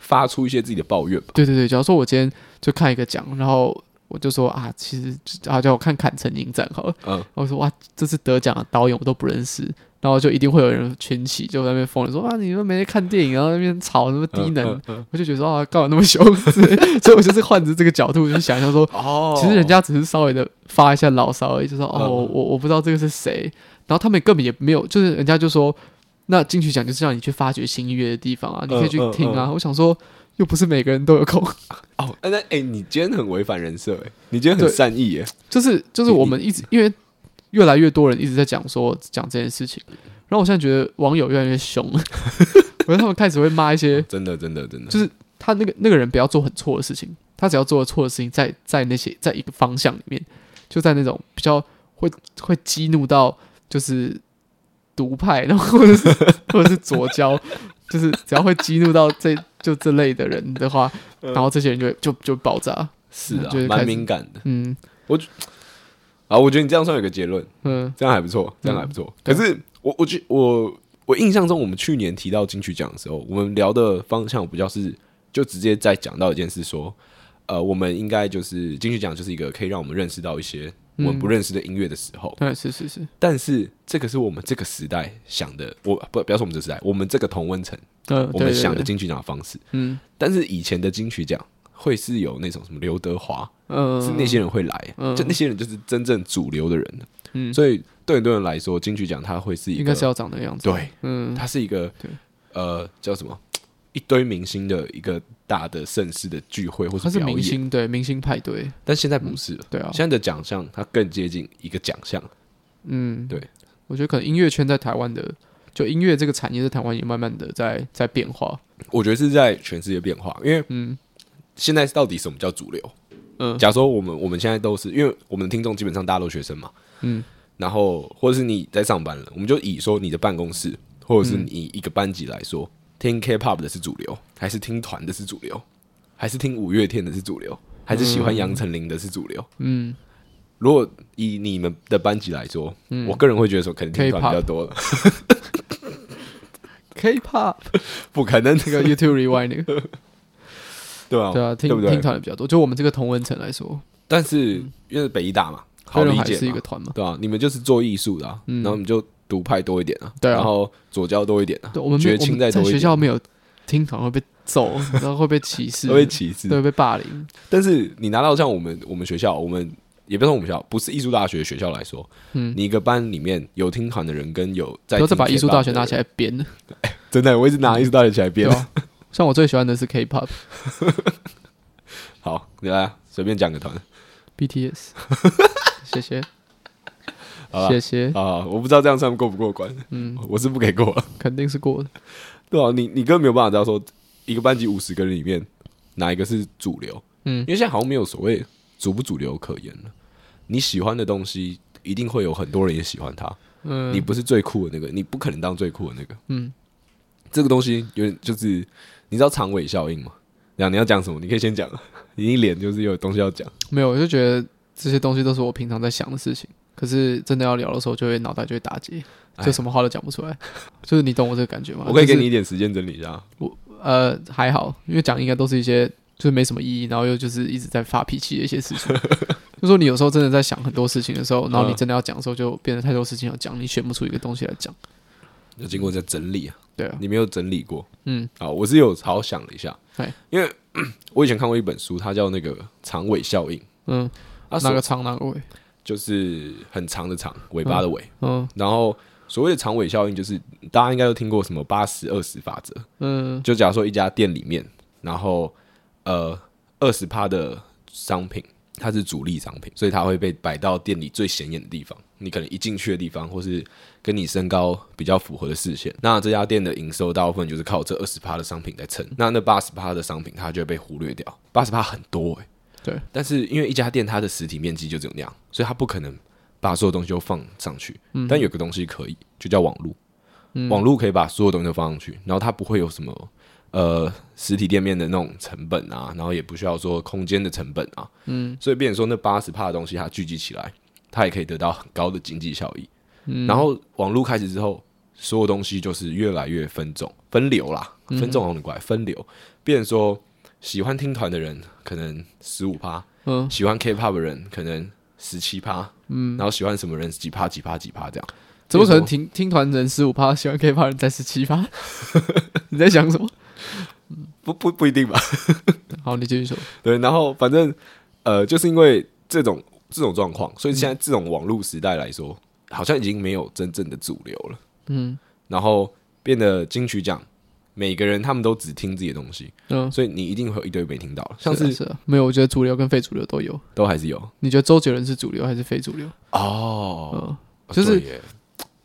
[SPEAKER 3] 发出一些自己的抱怨吧。
[SPEAKER 1] 对对对，假如说我今天就看一个奖，然后我就说啊，其实啊叫我看《坎城影展》好了，
[SPEAKER 3] 嗯，
[SPEAKER 1] 我说哇，这次得奖的导演我都不认识，然后就一定会有人群起就在那边疯人说啊，你们没看电影，然后在那边吵什么低能，
[SPEAKER 3] 嗯嗯嗯
[SPEAKER 1] 我就觉得说啊，干嘛那么凶？ 之类的所以我就是换着这个角度去想象说，
[SPEAKER 3] 哦
[SPEAKER 1] 其实人家只是稍微的发一下牢骚而已，就说哦，
[SPEAKER 3] 嗯
[SPEAKER 1] 我我我不知道这个是谁，然后他们根本也没有，就是人家就说，那金曲奖就是让你去发掘新音乐的地方啊，你可以去
[SPEAKER 3] 嗯嗯
[SPEAKER 1] 听啊。
[SPEAKER 3] 嗯
[SPEAKER 1] 我想说，又不是每个人都有空，
[SPEAKER 3] 哦，哎那哎，你今天很违反人设哎，你今天很
[SPEAKER 1] 对
[SPEAKER 3] 善意哎，
[SPEAKER 1] 就是就是
[SPEAKER 3] 你
[SPEAKER 1] 我们一直因为越来越多人一直在讲说讲这件事情，然后我现在觉得网友越来越凶 了，我觉得他们开始会骂一些
[SPEAKER 3] 真的真的真的，
[SPEAKER 1] 就是他那个那个人不要做很错的事情，他只要做了错的事情在在那些在一个方向里面，就在那种比较会会激怒到就是独派，然后或者是或者是左交， 就是只要会激怒到这就这类的人的话，
[SPEAKER 3] 嗯
[SPEAKER 1] 然后这些人就会就就爆炸，
[SPEAKER 3] 是啊
[SPEAKER 1] 就是，开始
[SPEAKER 3] 蛮敏感的。
[SPEAKER 1] 嗯
[SPEAKER 3] 啊，我觉得你这样算有个结论，
[SPEAKER 1] 嗯
[SPEAKER 3] 这样还不错，这样还不错。可是我我觉我我我印象中，我们去年提到金曲奖的时候，我们聊的方向比较是，就直接在讲到一件事，说，呃，我们应该就是金曲奖就是一个可以让我们认识到一些
[SPEAKER 1] 嗯
[SPEAKER 3] 我们不认识的音乐的时候，
[SPEAKER 1] 哎对，是是是，
[SPEAKER 3] 但是这个是我们这个时代想的，我不不要说我们这个时代，我们这个同温层，
[SPEAKER 1] 呃，
[SPEAKER 3] 我
[SPEAKER 1] 对
[SPEAKER 3] 们
[SPEAKER 1] 对
[SPEAKER 3] 想的
[SPEAKER 1] 对
[SPEAKER 3] 金曲奖的方式，
[SPEAKER 1] 嗯
[SPEAKER 3] 但是以前的金曲奖会是有那种什么刘德华，
[SPEAKER 1] 呃，
[SPEAKER 3] 是那些人会来，
[SPEAKER 1] 嗯
[SPEAKER 3] 就那些人就是真正主流的人，
[SPEAKER 1] 嗯，
[SPEAKER 3] 所以对很多人来说，金曲奖它会是一个，
[SPEAKER 1] 应该是要长那个样子，
[SPEAKER 3] 对，
[SPEAKER 1] 嗯，
[SPEAKER 3] 它是一个
[SPEAKER 1] 对
[SPEAKER 3] 呃叫什么一堆明星的一个大的盛世的聚会或
[SPEAKER 1] 他是
[SPEAKER 3] 表
[SPEAKER 1] 明
[SPEAKER 3] 演，
[SPEAKER 1] 星，对，明星派对，
[SPEAKER 3] 但现在不是了，
[SPEAKER 1] 对啊，
[SPEAKER 3] 现在的奖项它更接近一个奖项，
[SPEAKER 1] 嗯，
[SPEAKER 3] 对，
[SPEAKER 1] 我觉得可能音乐圈在台湾的，就音乐这个产业在台湾也慢慢的在在变化，
[SPEAKER 3] 我觉得是在全世界变化，因为
[SPEAKER 1] 嗯
[SPEAKER 3] 现在到底什么叫主流？
[SPEAKER 1] 嗯
[SPEAKER 3] 假如说我们我们现在都是，因为我们的听众基本上大家都学生嘛，
[SPEAKER 1] 嗯，
[SPEAKER 3] 然后或者是你在上班了，我们就以说你的办公室或
[SPEAKER 1] 嗯
[SPEAKER 3] 者是你一个班级来说，听 K-pop 的是主流，还是听团的是主流，还是听五月天的是主流，还是喜欢杨丞琳的是主流？
[SPEAKER 1] 嗯，
[SPEAKER 3] 如果以你们的班级来说，
[SPEAKER 1] 嗯
[SPEAKER 3] 我个人会觉得说，可能听团比较多了，
[SPEAKER 1] K-pop
[SPEAKER 3] 不可能这
[SPEAKER 1] 那个
[SPEAKER 3] 个
[SPEAKER 1] YouTube Rewind 那个，
[SPEAKER 3] 对吧？
[SPEAKER 1] 啊对啊，听
[SPEAKER 3] 哦对不
[SPEAKER 1] 听
[SPEAKER 3] 对？
[SPEAKER 1] 团的比较多，就我们这个同文层来说，
[SPEAKER 3] 但是因为北医大嘛，好
[SPEAKER 1] 飞轮
[SPEAKER 3] 理
[SPEAKER 1] 海
[SPEAKER 3] 解
[SPEAKER 1] 是一
[SPEAKER 3] 嘛
[SPEAKER 1] 个，团嘛，
[SPEAKER 3] 对啊，你们就是做艺术的、啊，然后你们就独派多一点啊，
[SPEAKER 1] 嗯对啊
[SPEAKER 3] 然后左交多一点啊，
[SPEAKER 1] 对，我们没
[SPEAKER 3] 觉
[SPEAKER 1] 有
[SPEAKER 3] 得
[SPEAKER 1] 我
[SPEAKER 3] 清
[SPEAKER 1] 们
[SPEAKER 3] 代
[SPEAKER 1] 在
[SPEAKER 3] 多一
[SPEAKER 1] 学
[SPEAKER 3] 点，
[SPEAKER 1] 校没有听团会被揍，然后会被歧视，
[SPEAKER 3] 都会歧视。
[SPEAKER 1] 对，被霸凌，
[SPEAKER 3] 但是你拿到像我们我们学校，我们也不要说我们学校，不是艺术大学的学校来说，
[SPEAKER 1] 嗯
[SPEAKER 3] 你一个班里面有听团的人跟有在
[SPEAKER 1] 不要再把
[SPEAKER 3] 听
[SPEAKER 1] 艺术
[SPEAKER 3] K-pop
[SPEAKER 1] 大学
[SPEAKER 3] 的
[SPEAKER 1] 拿起
[SPEAKER 3] 人，
[SPEAKER 1] 来编了，
[SPEAKER 3] 真的，我一直拿艺术大学起来编
[SPEAKER 1] 对。啊吧？ 像我最喜欢的是 K-pop、
[SPEAKER 3] 好，你来啊随便讲个团
[SPEAKER 1] BTS，谢谢
[SPEAKER 3] 好啦，
[SPEAKER 1] 谢谢，
[SPEAKER 3] 啊，我不知道这样算过不过关，
[SPEAKER 1] 嗯，
[SPEAKER 3] 我是不给过了。
[SPEAKER 1] 肯定是过的，
[SPEAKER 3] 对啊，你你根本没有办法知道说一个班级五十个人里面哪一个是主流，
[SPEAKER 1] 嗯
[SPEAKER 3] 因为现在好像没有所谓主不主流可言了。你喜欢的东西，一定会有很多人也喜欢它。
[SPEAKER 1] 嗯，
[SPEAKER 3] 你不是最酷的那个，你不可能当最酷的那个。
[SPEAKER 1] 嗯，
[SPEAKER 3] 这个东西有点就是，你知道长尾效应吗？然后你要讲什么？你可以先讲， 你一脸就是有东西要讲。
[SPEAKER 1] 没有，我就觉得这些东西都是我平常在想的事情，可是真的要聊的时候，就会脑袋就会打结，
[SPEAKER 3] 哎
[SPEAKER 1] 就什么话都讲不出来。 就是你懂我这个感觉吗？
[SPEAKER 3] 我可以给
[SPEAKER 1] 就是
[SPEAKER 3] 你一点时间整理一下。啊
[SPEAKER 1] 呃还好，因为讲应该都是一些就是没什么意义，然后又就是一直在发脾气的一些事 情。就说你有时候真的在想很多事情的时候，然后你
[SPEAKER 3] 嗯
[SPEAKER 1] 真的要讲的时候，就变得太多事情要讲，你选不出一个东西来讲。
[SPEAKER 3] 要经过这整理啊，
[SPEAKER 1] 对啊，
[SPEAKER 3] 你没有整理过
[SPEAKER 1] 嗯
[SPEAKER 3] 啊？我是有好好想了一下
[SPEAKER 1] 哎，
[SPEAKER 3] 因为 我以前看过一本书，它叫那个长尾效应。
[SPEAKER 1] 嗯，
[SPEAKER 3] 啊，
[SPEAKER 1] 哪
[SPEAKER 3] 所
[SPEAKER 1] 个长哪个尾？
[SPEAKER 3] 就是很长的长，尾巴的尾。
[SPEAKER 1] 嗯
[SPEAKER 3] 然后所谓的长尾效应，就是大家应该都听过什么八十二十法则。
[SPEAKER 1] 嗯
[SPEAKER 3] 就假如说一家店里面，然后呃二十趴的商品，它是主力商品，所以它会被摆到店里最显眼的地方。你可能一进去的地方，或是跟你身高比较符合的视线，那这家店的营收大部分就是靠这二十趴的商品在撑。那那八十趴的商品，它就会被忽略掉。八十趴很多诶、欸
[SPEAKER 1] 对。
[SPEAKER 3] 但是因为一家店它的实体面积就只有那样，所以它不可能把所有东西都放上去。
[SPEAKER 1] 嗯
[SPEAKER 3] 但有个东西可以，就叫网络。网络可以把所有东西都放上去，然后它不会有什么呃实体店面的那种成本啊，然后也不需要说空间的成本啊，嗯，所以变成说那八十帕的东西它聚集起来，它也可以得到很高的经济效益。然后网络开始之后，所有东西就是越来越分众、分流啦，分众好像怪，分流，变成说喜欢听团的人可能十五趴，
[SPEAKER 1] 嗯，
[SPEAKER 3] 喜欢 K-pop 的人可能十七趴，嗯，然后喜欢什么人几趴几趴几趴这样。
[SPEAKER 1] 怎么可能
[SPEAKER 3] 这个
[SPEAKER 1] 听听团人十五趴，喜欢 K 趴人才十七趴？ 你在想什么？
[SPEAKER 3] 不不不一定吧？
[SPEAKER 1] 好，你继续说。
[SPEAKER 3] 对，然后反正呃，就是因为这种这种状况，所以现在这种网络时代来说，好像已经没有真正的主流了。
[SPEAKER 1] 嗯
[SPEAKER 3] 然后变得金曲奖，每个人他们都只听自己的东西，
[SPEAKER 1] 嗯，
[SPEAKER 3] 所以你一定会有一堆没听到的，像
[SPEAKER 1] 啊
[SPEAKER 3] 是
[SPEAKER 1] 是啊没有，我觉得主流跟非主流都有。
[SPEAKER 3] 都还是有
[SPEAKER 1] 你觉得周杰伦是主流还是非主流？
[SPEAKER 3] 哦。
[SPEAKER 1] 嗯，就是
[SPEAKER 3] 对耶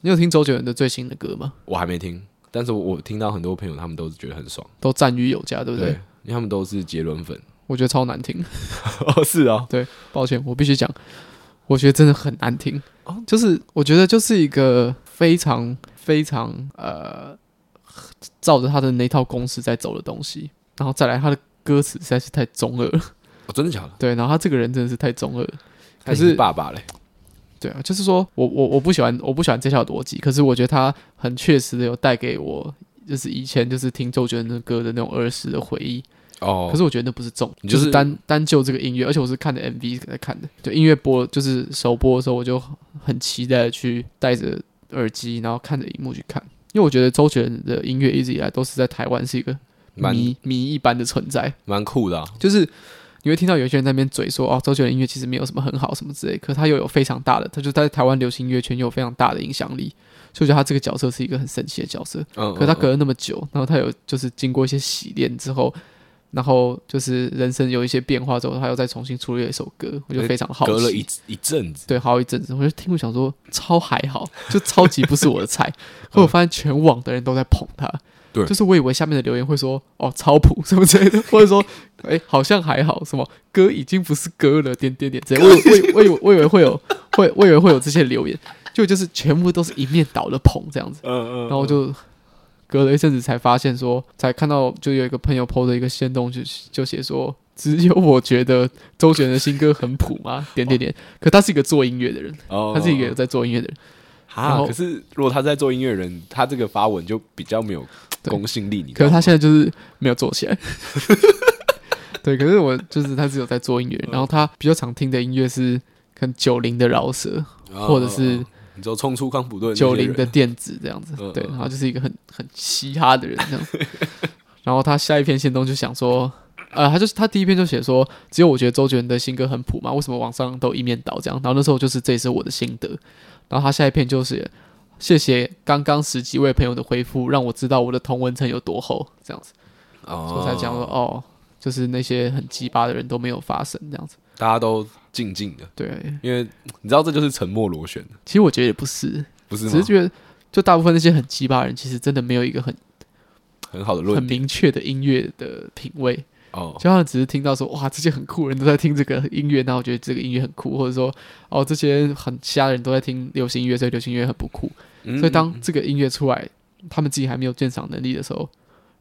[SPEAKER 1] 你有听周杰伦的最新的歌吗？
[SPEAKER 3] 我还没听，但是我我听到很多朋友他们都是觉得很爽，
[SPEAKER 1] 都赞誉有加，对不对？
[SPEAKER 3] 对，因为他们都是杰 伦粉。
[SPEAKER 1] 我觉得超难听，
[SPEAKER 3] 哦，是啊，
[SPEAKER 1] 抱歉，我必须讲，我觉得真的很难听。
[SPEAKER 3] 哦
[SPEAKER 1] 就是我觉得就是一个非常非常呃，照着他的那套公式在走的东西，然后再来他的歌词实在是太中二了，
[SPEAKER 3] 哦真的假的？
[SPEAKER 1] 对，然后他这个人真的是太中二了。
[SPEAKER 3] 他已
[SPEAKER 1] 可是
[SPEAKER 3] 经爸爸嘞，
[SPEAKER 1] 对啊，就是说我我我不喜欢我不喜欢这条逻辑，可是我觉得它很确实的有带给我，就是以前就是听周杰伦的歌的那种儿时的回忆。
[SPEAKER 3] 哦，
[SPEAKER 1] 可是我觉得那不是重，
[SPEAKER 3] 你
[SPEAKER 1] 就
[SPEAKER 3] 就是
[SPEAKER 1] 是单单就这个音乐，而且我是看着 MV 在看的，就音乐播就是首播的时候，我就很期待的去戴着耳机，然后看着荧幕去看，因为我觉得周杰伦的音乐一直以来都是在台湾是一个
[SPEAKER 3] 蛮
[SPEAKER 1] 谜谜一般的存在，
[SPEAKER 3] 蛮酷的、啊，
[SPEAKER 1] 就是你会听到有些人在那边嘴说哦，周杰伦音乐其实没有什么很好什么之类，可他又有非常大的，他就在台湾流行音乐圈有非常大的影响力，所以我觉得他这个角色是一个很神奇的角色。
[SPEAKER 3] 嗯，
[SPEAKER 1] 可是他
[SPEAKER 3] 嗯
[SPEAKER 1] 隔了那么久，然后他有就是经过一些洗练之后，然后就是人生有一些变化之后，他又再重新出了一首歌，我就非常好奇。
[SPEAKER 3] 隔了一一阵子，
[SPEAKER 1] 对，好一阵子，我就听我想说超还好， 就超级不是我的菜。后来我发现全网的人都在捧他，
[SPEAKER 3] 对
[SPEAKER 1] 就是我以为下面的留言会说哦超普 什么之类的，或者说 哎、好像还好，什么歌已经不是歌了，点点点之类的。我以为我以为我以为会有会我以为会有这些留言，就就是全部都是一面倒的捧这样子。
[SPEAKER 3] 嗯嗯，
[SPEAKER 1] 然后就隔了一阵子才发现说，才看到就有一个朋友 PO 的一个线动就，就写说，只有我觉得周杰伦的新歌很普吗？点点点。可他是一个做音乐的人，
[SPEAKER 3] 哦
[SPEAKER 1] 他是一个有在做音乐的人，然
[SPEAKER 3] 啊，
[SPEAKER 1] 后
[SPEAKER 3] 可是如果他在做音乐人，他这个发文就比较没有
[SPEAKER 1] 对
[SPEAKER 3] 公信力，你知
[SPEAKER 1] 可
[SPEAKER 3] 道
[SPEAKER 1] 是他
[SPEAKER 3] 吗？
[SPEAKER 1] 现在就是没有做起来。对，可是我就是他只有在做音乐，然后他比较常听的音乐是可能九零的饶舌，
[SPEAKER 3] 哦
[SPEAKER 1] 或者是
[SPEAKER 3] 哦哦你知道冲出康普顿那些
[SPEAKER 1] 九零
[SPEAKER 3] 人
[SPEAKER 1] 的电子这样子
[SPEAKER 3] 嗯，
[SPEAKER 1] 对，
[SPEAKER 3] 嗯
[SPEAKER 1] 然后就是一个很很嘻哈的人这 样。然后他下一篇线东就想说，呃，他就是他第一篇就写说，只有我觉得周杰伦的新歌很普嘛，为什么网上都一面倒这样？然后那时候就是这也是我的心得。然后他下一篇就是谢谢刚刚十几位朋友的回复，让我知道我的同文层有多厚这样子，
[SPEAKER 3] 哦
[SPEAKER 1] 所以我才讲说哦，就是那些很鸡巴的人都没有发生这样子。
[SPEAKER 3] 大家都静静的，
[SPEAKER 1] 对，
[SPEAKER 3] 因为你知道这就是沉默螺旋，
[SPEAKER 1] 其实我觉得也不是，
[SPEAKER 3] 不是
[SPEAKER 1] 只
[SPEAKER 3] 吗？
[SPEAKER 1] 是觉得就大部分那些很鸡巴的人，其实真的没有一个很。
[SPEAKER 3] 很好的
[SPEAKER 1] 很
[SPEAKER 3] 论点
[SPEAKER 1] 明确的音乐的品味，
[SPEAKER 3] 哦，
[SPEAKER 1] 就他们只是听到说哇，这些很酷的人都在听这个音乐，那我觉得这个音乐很酷，或者说哦，这些很瞎的人都在听流行音乐，所以流行音乐很不酷。
[SPEAKER 3] 嗯
[SPEAKER 1] 所以当这个音乐出来，他们自己还没有鉴赏能力的时候，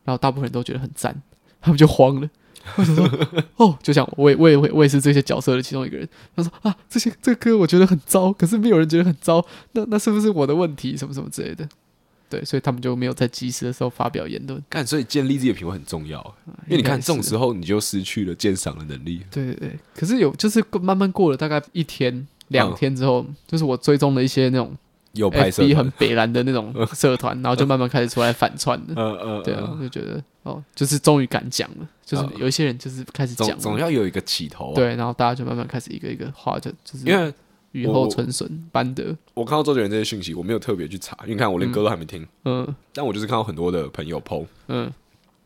[SPEAKER 1] 然后大部分人都觉得很赞，他们就慌 了。我想说，哦，就像我也我也我也我也是这些角色的其中一个人。他说啊，这些这个歌我觉得很糟，可是没有人觉得很糟，那那是不是我的问题？什么什么之类的。对，所以他们就没有在及时的时候发表言论。
[SPEAKER 3] 干，所以建立自己的品味很重要，因为你看这种时候你就失去了鉴赏的能力，
[SPEAKER 1] 对对对，可是有就是过慢慢过了大概一天两
[SPEAKER 3] 嗯
[SPEAKER 1] 天之后，就是我追踪了一些那种
[SPEAKER 3] 有拍摄
[SPEAKER 1] FB
[SPEAKER 3] 团
[SPEAKER 1] 很北蓝的那嗯种社团，然后就慢慢开始出来反串了。
[SPEAKER 3] 嗯嗯，
[SPEAKER 1] 对啊就
[SPEAKER 3] 嗯，，
[SPEAKER 1] 觉得哦，就是终于敢讲了，就是
[SPEAKER 3] 嗯
[SPEAKER 1] 有一些人就是开始讲
[SPEAKER 3] 总
[SPEAKER 1] 了，
[SPEAKER 3] 总要有一个起头啊，，
[SPEAKER 1] 对，然后大家就慢慢开始一个一个画，就就是
[SPEAKER 3] 因为
[SPEAKER 1] 雨后春笋般的，
[SPEAKER 3] 我看到周杰伦这些讯息，我没有特别去查，因为你看我连歌都还没听，
[SPEAKER 1] 嗯
[SPEAKER 3] 但我就是看到很多的朋友 PO，
[SPEAKER 1] 嗯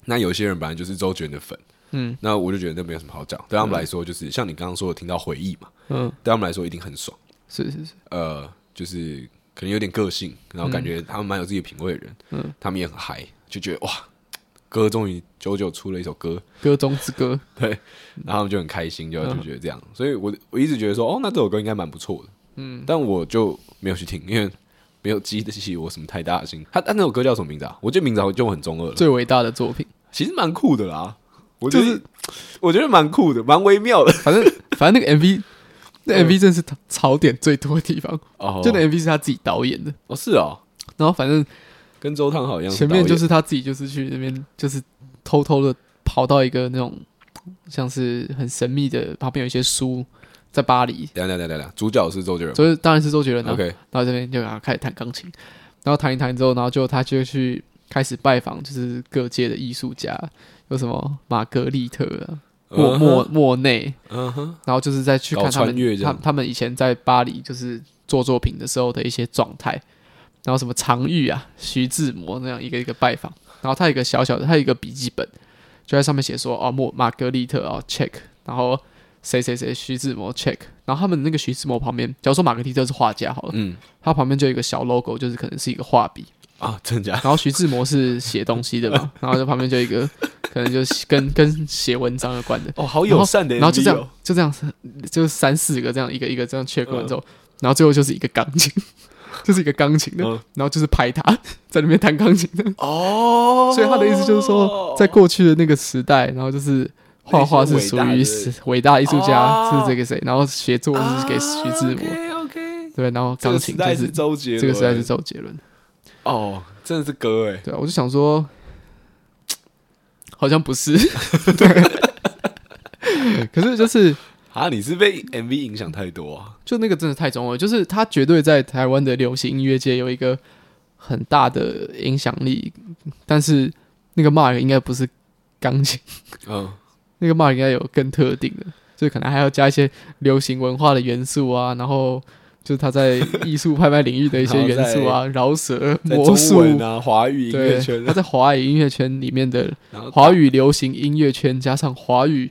[SPEAKER 3] 那有些人本来就是周杰伦的粉，
[SPEAKER 1] 嗯
[SPEAKER 3] 那我就觉得那没有什么好讲，对他们来说就是像你刚刚说的听到回忆嘛，
[SPEAKER 1] 嗯，
[SPEAKER 3] 对他们来说一定很爽，
[SPEAKER 1] 是是是，
[SPEAKER 3] 呃，就是可能有点个性，然后感觉他们蛮有自己的品味的人，
[SPEAKER 1] 嗯
[SPEAKER 3] 他们也很嗨，就觉得哇，歌终于九九出了一首歌，
[SPEAKER 1] 歌中之歌，
[SPEAKER 3] 对，然后他们就很开心，
[SPEAKER 1] 嗯
[SPEAKER 3] 就就觉得这样，所以我我一直觉得说，哦，那这首歌应该蛮不错的，嗯，但我就没有去听，因为没有激起我什么太大的心。他他那首歌叫什么名字啊？我觉得名字好像就很中二了，
[SPEAKER 1] 最伟大的作品。
[SPEAKER 3] 其实蛮酷的啦，我觉得、我觉得蛮酷的，蛮微妙 的。
[SPEAKER 1] 反正反正那个 MV，那 MV 真是槽槽点最多的地方，
[SPEAKER 3] 哦
[SPEAKER 1] 就那 MV 是他自己导演的，
[SPEAKER 3] 哦是哦，
[SPEAKER 1] 然后反正
[SPEAKER 3] 跟周汤好一样，
[SPEAKER 1] 前面就是他自己就是去那边就是偷偷的跑到一个那种像是很神秘的旁边有一些书，在巴黎，
[SPEAKER 3] 等一下等一下等一下，主角是周杰伦
[SPEAKER 1] 所以当然是周杰伦啊。
[SPEAKER 3] 嗯，OK，
[SPEAKER 1] 然后这边就给他开始弹钢琴，然后弹一弹之后，然后就他就去开始拜访，就是各界的艺术家，有什么玛格丽特啊、莫
[SPEAKER 3] 嗯哼
[SPEAKER 1] 莫莫内，
[SPEAKER 3] 嗯哼，
[SPEAKER 1] 然后就是再去看他
[SPEAKER 3] 搞穿越
[SPEAKER 1] 们
[SPEAKER 3] 这
[SPEAKER 1] 他
[SPEAKER 3] 样
[SPEAKER 1] 他们以前在巴黎就是做作品的时候的一些状态，然后什么常玉啊、徐志摩那样一个一个拜访，然后他有一个小小的，他有一个笔记本，就在上面写说哦，莫玛格丽特哦 check，然后谁谁谁徐志摩 check，然后他们那个徐志摩旁边，假如说玛格丽特是画家好了，
[SPEAKER 3] 嗯
[SPEAKER 1] 他旁边就有一个小 logo，就是可能是一个画笔，
[SPEAKER 3] 啊，真假？
[SPEAKER 1] 然后徐志摩是写东西的 嘛，然后这旁边就有一个可能就是跟跟写文章有关的，
[SPEAKER 3] 哦，好友善的 MV 哦，
[SPEAKER 1] 然后就这样就这样就是三四个这样一个一个这样 check 完之后，然后最后就是一个钢琴， 就是一个钢琴的，
[SPEAKER 3] 嗯
[SPEAKER 1] 然后就是拍他 在那边弹钢琴的，
[SPEAKER 3] 哦，
[SPEAKER 1] 所以他的意思就是说，在过去的那个时代，然后就是。画画是属于
[SPEAKER 3] 那些伟大
[SPEAKER 1] 伟大
[SPEAKER 3] 的
[SPEAKER 1] 艺术家，
[SPEAKER 3] 哦啊
[SPEAKER 1] 啊是这个谁，然后写作是给徐志摩，
[SPEAKER 3] OK OK，
[SPEAKER 1] 对，然后
[SPEAKER 3] 这
[SPEAKER 1] 钢
[SPEAKER 3] 个
[SPEAKER 1] 琴
[SPEAKER 3] 时
[SPEAKER 1] 就
[SPEAKER 3] 代
[SPEAKER 1] 是
[SPEAKER 3] 是周杰伦，
[SPEAKER 1] 这个时代是周杰伦，
[SPEAKER 3] 哦，真的是歌哎，
[SPEAKER 1] 对啊，我就想说，好像不 是，对， 可是就是
[SPEAKER 3] 啊，你是被 MV 影响太多啊，
[SPEAKER 1] 就那个真的太中二，就是他绝对在台湾的流行音乐界有一个很大的影响力，但是那个 Mark 应该不是钢琴，
[SPEAKER 3] 嗯，
[SPEAKER 1] 那个 Mark 应该有更特定的，就可能还要加一些流行文化的元素啊，然后。就是他在艺术拍卖领域的一些
[SPEAKER 3] 然后
[SPEAKER 1] 元素 啊，饶舌、
[SPEAKER 3] 在
[SPEAKER 1] 魔
[SPEAKER 3] 中
[SPEAKER 1] 术，
[SPEAKER 3] 文啊，华语音乐
[SPEAKER 1] 对
[SPEAKER 3] 圈，，
[SPEAKER 1] 他在华语音乐圈里面的
[SPEAKER 3] 然后
[SPEAKER 1] 华语流行音乐圈，加上华语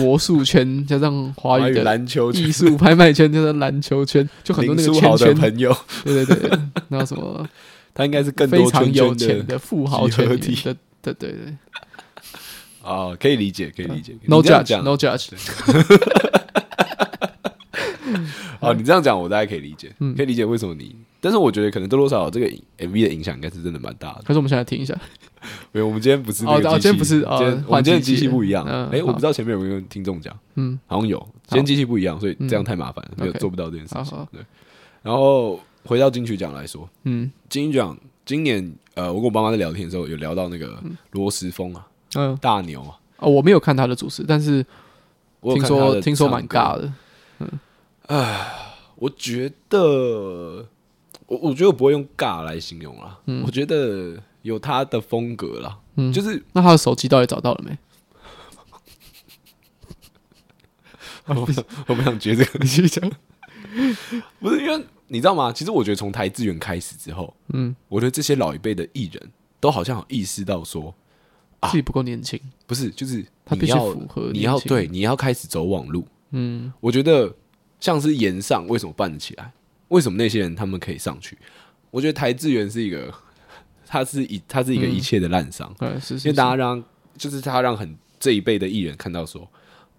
[SPEAKER 1] 魔术圈，加上华
[SPEAKER 3] 华
[SPEAKER 1] 语
[SPEAKER 3] 语
[SPEAKER 1] 的
[SPEAKER 3] 篮球圈
[SPEAKER 1] 艺术拍卖圈，加上篮球 圈，就很多那
[SPEAKER 3] 林
[SPEAKER 1] 个
[SPEAKER 3] 书
[SPEAKER 1] 圈
[SPEAKER 3] 豪的
[SPEAKER 1] 圈，
[SPEAKER 3] 朋友，
[SPEAKER 1] 对对 对，然后什么
[SPEAKER 3] 他应该是 更
[SPEAKER 1] 非
[SPEAKER 3] 多
[SPEAKER 1] 常
[SPEAKER 3] 圈
[SPEAKER 1] 有
[SPEAKER 3] 圈
[SPEAKER 1] 钱
[SPEAKER 3] 的
[SPEAKER 1] 的富豪圈里
[SPEAKER 3] 集
[SPEAKER 1] 面的，对对对
[SPEAKER 3] 啊，可以理解，可以理解。
[SPEAKER 1] 嗯，no
[SPEAKER 3] 你这样讲
[SPEAKER 1] judge，no judge，
[SPEAKER 3] 哦，你这样讲我大概可以理解，
[SPEAKER 1] 嗯
[SPEAKER 3] 可以理解为什么你。但是我觉得可能多多少少这个 MV 的影响应该是真的蛮大的。
[SPEAKER 1] 可是我们现在听一下，
[SPEAKER 3] 没有，我们今天不是那
[SPEAKER 1] 哦
[SPEAKER 3] 个
[SPEAKER 1] 嗯哦
[SPEAKER 3] 机器
[SPEAKER 1] 今天不是哦
[SPEAKER 3] 今天我
[SPEAKER 1] 换
[SPEAKER 3] 们今天的
[SPEAKER 1] 机器
[SPEAKER 3] 机器不一样。
[SPEAKER 1] 嗯
[SPEAKER 3] 哎，我
[SPEAKER 1] 好
[SPEAKER 3] 不知道前面有没有跟听众讲，
[SPEAKER 1] 嗯，
[SPEAKER 3] 好像有，今天机器不一样，所以这样太麻烦了，没有
[SPEAKER 1] OK
[SPEAKER 3] 做不到这件事
[SPEAKER 1] 好
[SPEAKER 3] 情。
[SPEAKER 1] 好，
[SPEAKER 3] 然后回到金曲奖来说，
[SPEAKER 1] 嗯
[SPEAKER 3] 金曲奖今年呃，我跟我爸妈在聊天的时候有聊到那个罗时丰啊，
[SPEAKER 1] 嗯，
[SPEAKER 3] 大牛啊，
[SPEAKER 1] 哦，我没有看他的主持，但是
[SPEAKER 3] 我有
[SPEAKER 1] 听
[SPEAKER 3] 看他
[SPEAKER 1] 说
[SPEAKER 3] 的
[SPEAKER 1] 听说
[SPEAKER 3] 唱
[SPEAKER 1] 蛮
[SPEAKER 3] 歌
[SPEAKER 1] 尬的，
[SPEAKER 3] 我觉得，我我觉得我不会用尬来形容啦。我觉得有他的风格啦，
[SPEAKER 1] 嗯
[SPEAKER 3] 就是
[SPEAKER 1] 那他的手机到底找到了没？
[SPEAKER 3] 我不想 我不想觉得这个 不是因为你知道吗？其实我觉得从台资源开始之后，
[SPEAKER 1] 嗯，
[SPEAKER 3] 我觉得这些老一辈的艺人都好像有意识到说，啊
[SPEAKER 1] 自己不够年轻，
[SPEAKER 3] 不是，就是
[SPEAKER 1] 他必
[SPEAKER 3] 你
[SPEAKER 1] 须
[SPEAKER 3] 要
[SPEAKER 1] 符合
[SPEAKER 3] 你
[SPEAKER 1] 年
[SPEAKER 3] 要
[SPEAKER 1] 轻
[SPEAKER 3] 对你要开始走网路。
[SPEAKER 1] 嗯。
[SPEAKER 3] 我觉得像是岩上为什么办得起来？为什么那些人他们可以上去？我觉得台资源是一个，他是一他是一个
[SPEAKER 1] 嗯
[SPEAKER 3] 一切的烂商。
[SPEAKER 1] 对，是
[SPEAKER 3] 因
[SPEAKER 1] 是
[SPEAKER 3] 为大
[SPEAKER 1] 是，
[SPEAKER 3] 家让就是他让很这一辈的艺人看到说，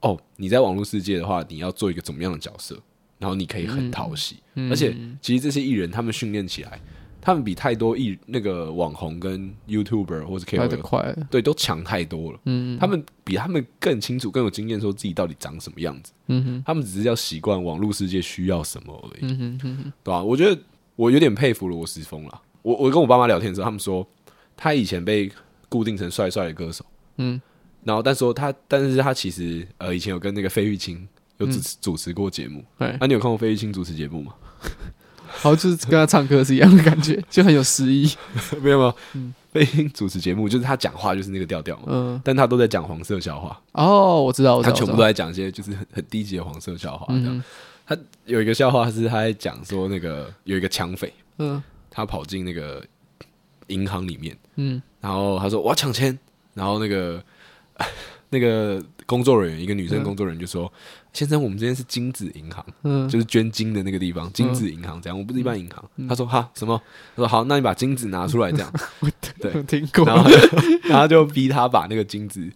[SPEAKER 3] 哦，你在网络世界的话，你要做一个怎么样的角色，然后你可以很讨喜，
[SPEAKER 1] 嗯
[SPEAKER 3] 而且其实这些艺人他们训练起来，他们比太多艺那个网红跟 YouTuber 或者
[SPEAKER 1] 来的
[SPEAKER 3] KOL
[SPEAKER 1] 快了，
[SPEAKER 3] 对都强太多了，
[SPEAKER 1] 嗯
[SPEAKER 3] 他们比他们更清楚、更有经验，说自己到底长什么样子，
[SPEAKER 1] 嗯哼，
[SPEAKER 3] 他们只是要习惯网络世界需要什么而已。
[SPEAKER 1] 嗯哼嗯哼，
[SPEAKER 3] 对吧、我觉得我有点佩服罗时丰啦。我我跟我爸妈聊天的时候，他们说他以前被固定成帅帅的歌手，
[SPEAKER 1] 嗯，
[SPEAKER 3] 然后但说他，但是他其实呃以前有跟那个费玉清有主
[SPEAKER 1] 嗯
[SPEAKER 3] 持、主持过节目。
[SPEAKER 1] 对，
[SPEAKER 3] 啊，你有看过费玉清主持节 目吗？
[SPEAKER 1] 好，就是跟他唱歌是一样的感觉， 就很有诗意，
[SPEAKER 3] 没有吗？费玉清主持节目就是他讲话就是那个调调嘛，
[SPEAKER 1] 嗯，
[SPEAKER 3] 但他都在讲黄色笑话，
[SPEAKER 1] 哦，我知道，我知
[SPEAKER 3] 他
[SPEAKER 1] 道，我
[SPEAKER 3] 全部
[SPEAKER 1] 知
[SPEAKER 3] 都
[SPEAKER 1] 道
[SPEAKER 3] 在讲一些就是很很低级的黄色笑话。这样，
[SPEAKER 1] 嗯
[SPEAKER 3] 他有一个笑话是他在讲说那个有一个抢匪，
[SPEAKER 1] 嗯
[SPEAKER 3] 他跑进那个银行里面。
[SPEAKER 1] 嗯
[SPEAKER 3] 然后他说我要抢钱，然后那个 那个工作人员，一个女生工作人员就说：“先生，我们这边是金子银行，
[SPEAKER 1] 嗯，
[SPEAKER 3] 就是捐金的那个地方，金子银行这样，我不是一般银行。他说：“哈什么？”他说：“好，那你把金子拿出来这样。对
[SPEAKER 1] 我 听过，
[SPEAKER 3] 然后他就然后就逼他把那个金子，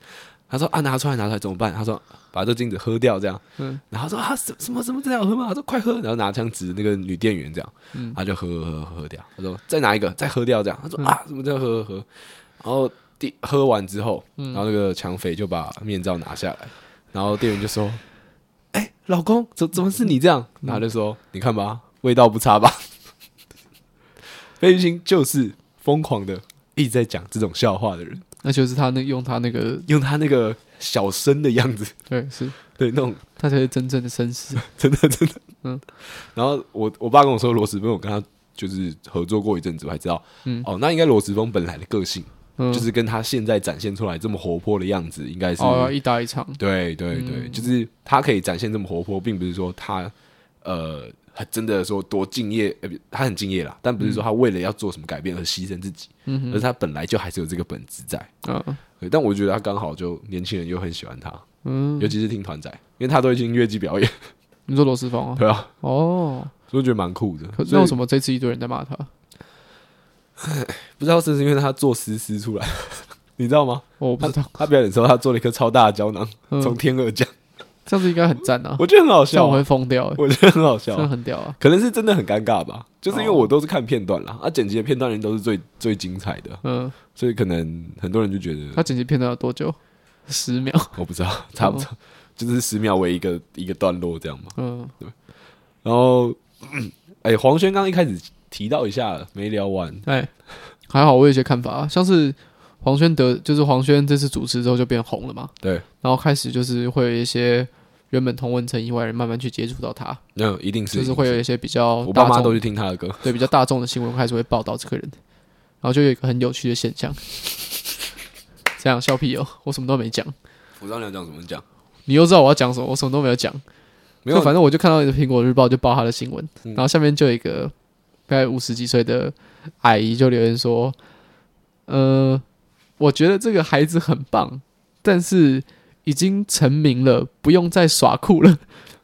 [SPEAKER 3] 他说啊拿出来拿出来怎么办？他说把这金子喝掉这样，
[SPEAKER 1] 嗯
[SPEAKER 3] 然后他说啊什什么什么这样喝吗？他说快喝，然后拿枪指那个女店员这样，他就喝喝喝喝掉，他说啊再拿一个再喝掉这样，他说啊什么这样喝喝喝，然后第喝完之后，然后那个抢匪就把面罩拿下来，然后店员就说，哎老公怎怎么是你这样？然后他就说你看吧味道不差吧，费玉清就是疯狂的一直在讲这种笑话的人，
[SPEAKER 1] 那就是他那用他那个，
[SPEAKER 3] 用他那个小声的样子，
[SPEAKER 1] 对，是
[SPEAKER 3] 对那种
[SPEAKER 1] 他才是真正的绅士，
[SPEAKER 3] 真的真的，
[SPEAKER 1] 嗯
[SPEAKER 3] 嗯。然后我我爸跟我说，罗时峰我跟他就是合作过一阵子，我还知道，
[SPEAKER 1] 嗯
[SPEAKER 3] 哦，那应该罗时峰本来的个性、
[SPEAKER 1] 嗯，
[SPEAKER 3] 就是跟他现在展现出来这么活泼的样子，应该是、
[SPEAKER 1] 哦，嗯一搭一唱，
[SPEAKER 3] 对对对，就是他可以展现这么活泼，并不是说他呃很真的说多敬业，呃，不他很敬业啦，但不是说他为了要做什么改变而牺牲自己，
[SPEAKER 1] 嗯
[SPEAKER 3] 而是他本来就还是有这个本质在。
[SPEAKER 1] 嗯
[SPEAKER 3] 对，但我觉得他刚好就年轻人又很喜欢他，
[SPEAKER 1] 嗯，
[SPEAKER 3] 尤其是听团仔，因为他都已经乐器表演，
[SPEAKER 1] 你说罗斯芳啊？
[SPEAKER 3] 对啊，
[SPEAKER 1] 哦，
[SPEAKER 3] 所以我觉得蛮酷的。
[SPEAKER 1] 可
[SPEAKER 3] 所
[SPEAKER 1] 那
[SPEAKER 3] 以
[SPEAKER 1] 为什么这次一堆人在骂他？
[SPEAKER 3] 不知道是不是因为他做丝丝出来，你知道吗？
[SPEAKER 1] 我不
[SPEAKER 3] 他
[SPEAKER 1] 知道，
[SPEAKER 3] 他表演的时候，他做了一颗超大的胶囊，
[SPEAKER 1] 嗯
[SPEAKER 3] 从天而降，
[SPEAKER 1] 这样子应该很赞啊，
[SPEAKER 3] 我觉得很好
[SPEAKER 1] 这样
[SPEAKER 3] 笑
[SPEAKER 1] 我
[SPEAKER 3] 啊，
[SPEAKER 1] 会疯掉，欸
[SPEAKER 3] 我觉得很好笑
[SPEAKER 1] 真的
[SPEAKER 3] 啊，
[SPEAKER 1] 很屌啊，
[SPEAKER 3] 可能是真的很尴尬吧，就是因为
[SPEAKER 1] 哦
[SPEAKER 3] 我都是看片段啦，啊，剪辑的片段人都是最最精彩的，
[SPEAKER 1] 嗯，
[SPEAKER 3] 所以可能很多人就觉得
[SPEAKER 1] 他剪辑片段有多久？十秒，
[SPEAKER 3] 我不知道，差
[SPEAKER 1] 哦
[SPEAKER 3] 不多就是十秒为一个一个段落这样嘛。
[SPEAKER 1] 嗯
[SPEAKER 3] 然后，哎、 哎、黄轩刚一开始提到一下，没聊完。
[SPEAKER 1] 哎，还好我有一些看法啊，像是黄轩得，就是黄轩这次主持之后就变红了嘛，
[SPEAKER 3] 对，
[SPEAKER 1] 然后开始就是会有一些原本同文层以外的人慢慢去接触到他，
[SPEAKER 3] 那、一定是
[SPEAKER 1] 就是会有一些比较
[SPEAKER 3] 我
[SPEAKER 1] 哦大
[SPEAKER 3] 爸妈
[SPEAKER 1] 众
[SPEAKER 3] 都去听他的歌，
[SPEAKER 1] 对比较大众的新闻开始会报道这个人，然后就有一个很有趣的现象。 这样笑屁哦，我什么都没讲，
[SPEAKER 3] 我知道你要讲什么讲，
[SPEAKER 1] 你又知道我要讲什么，我什么都没有讲。
[SPEAKER 3] 没有，
[SPEAKER 1] 就反正我就看到一个苹果日报就报他的新闻，
[SPEAKER 3] 嗯
[SPEAKER 1] 然后下面就有一个大概五十几岁的阿姨就留言说：“呃，我觉得这个孩子很棒，但是已经成名了，不用再耍酷了，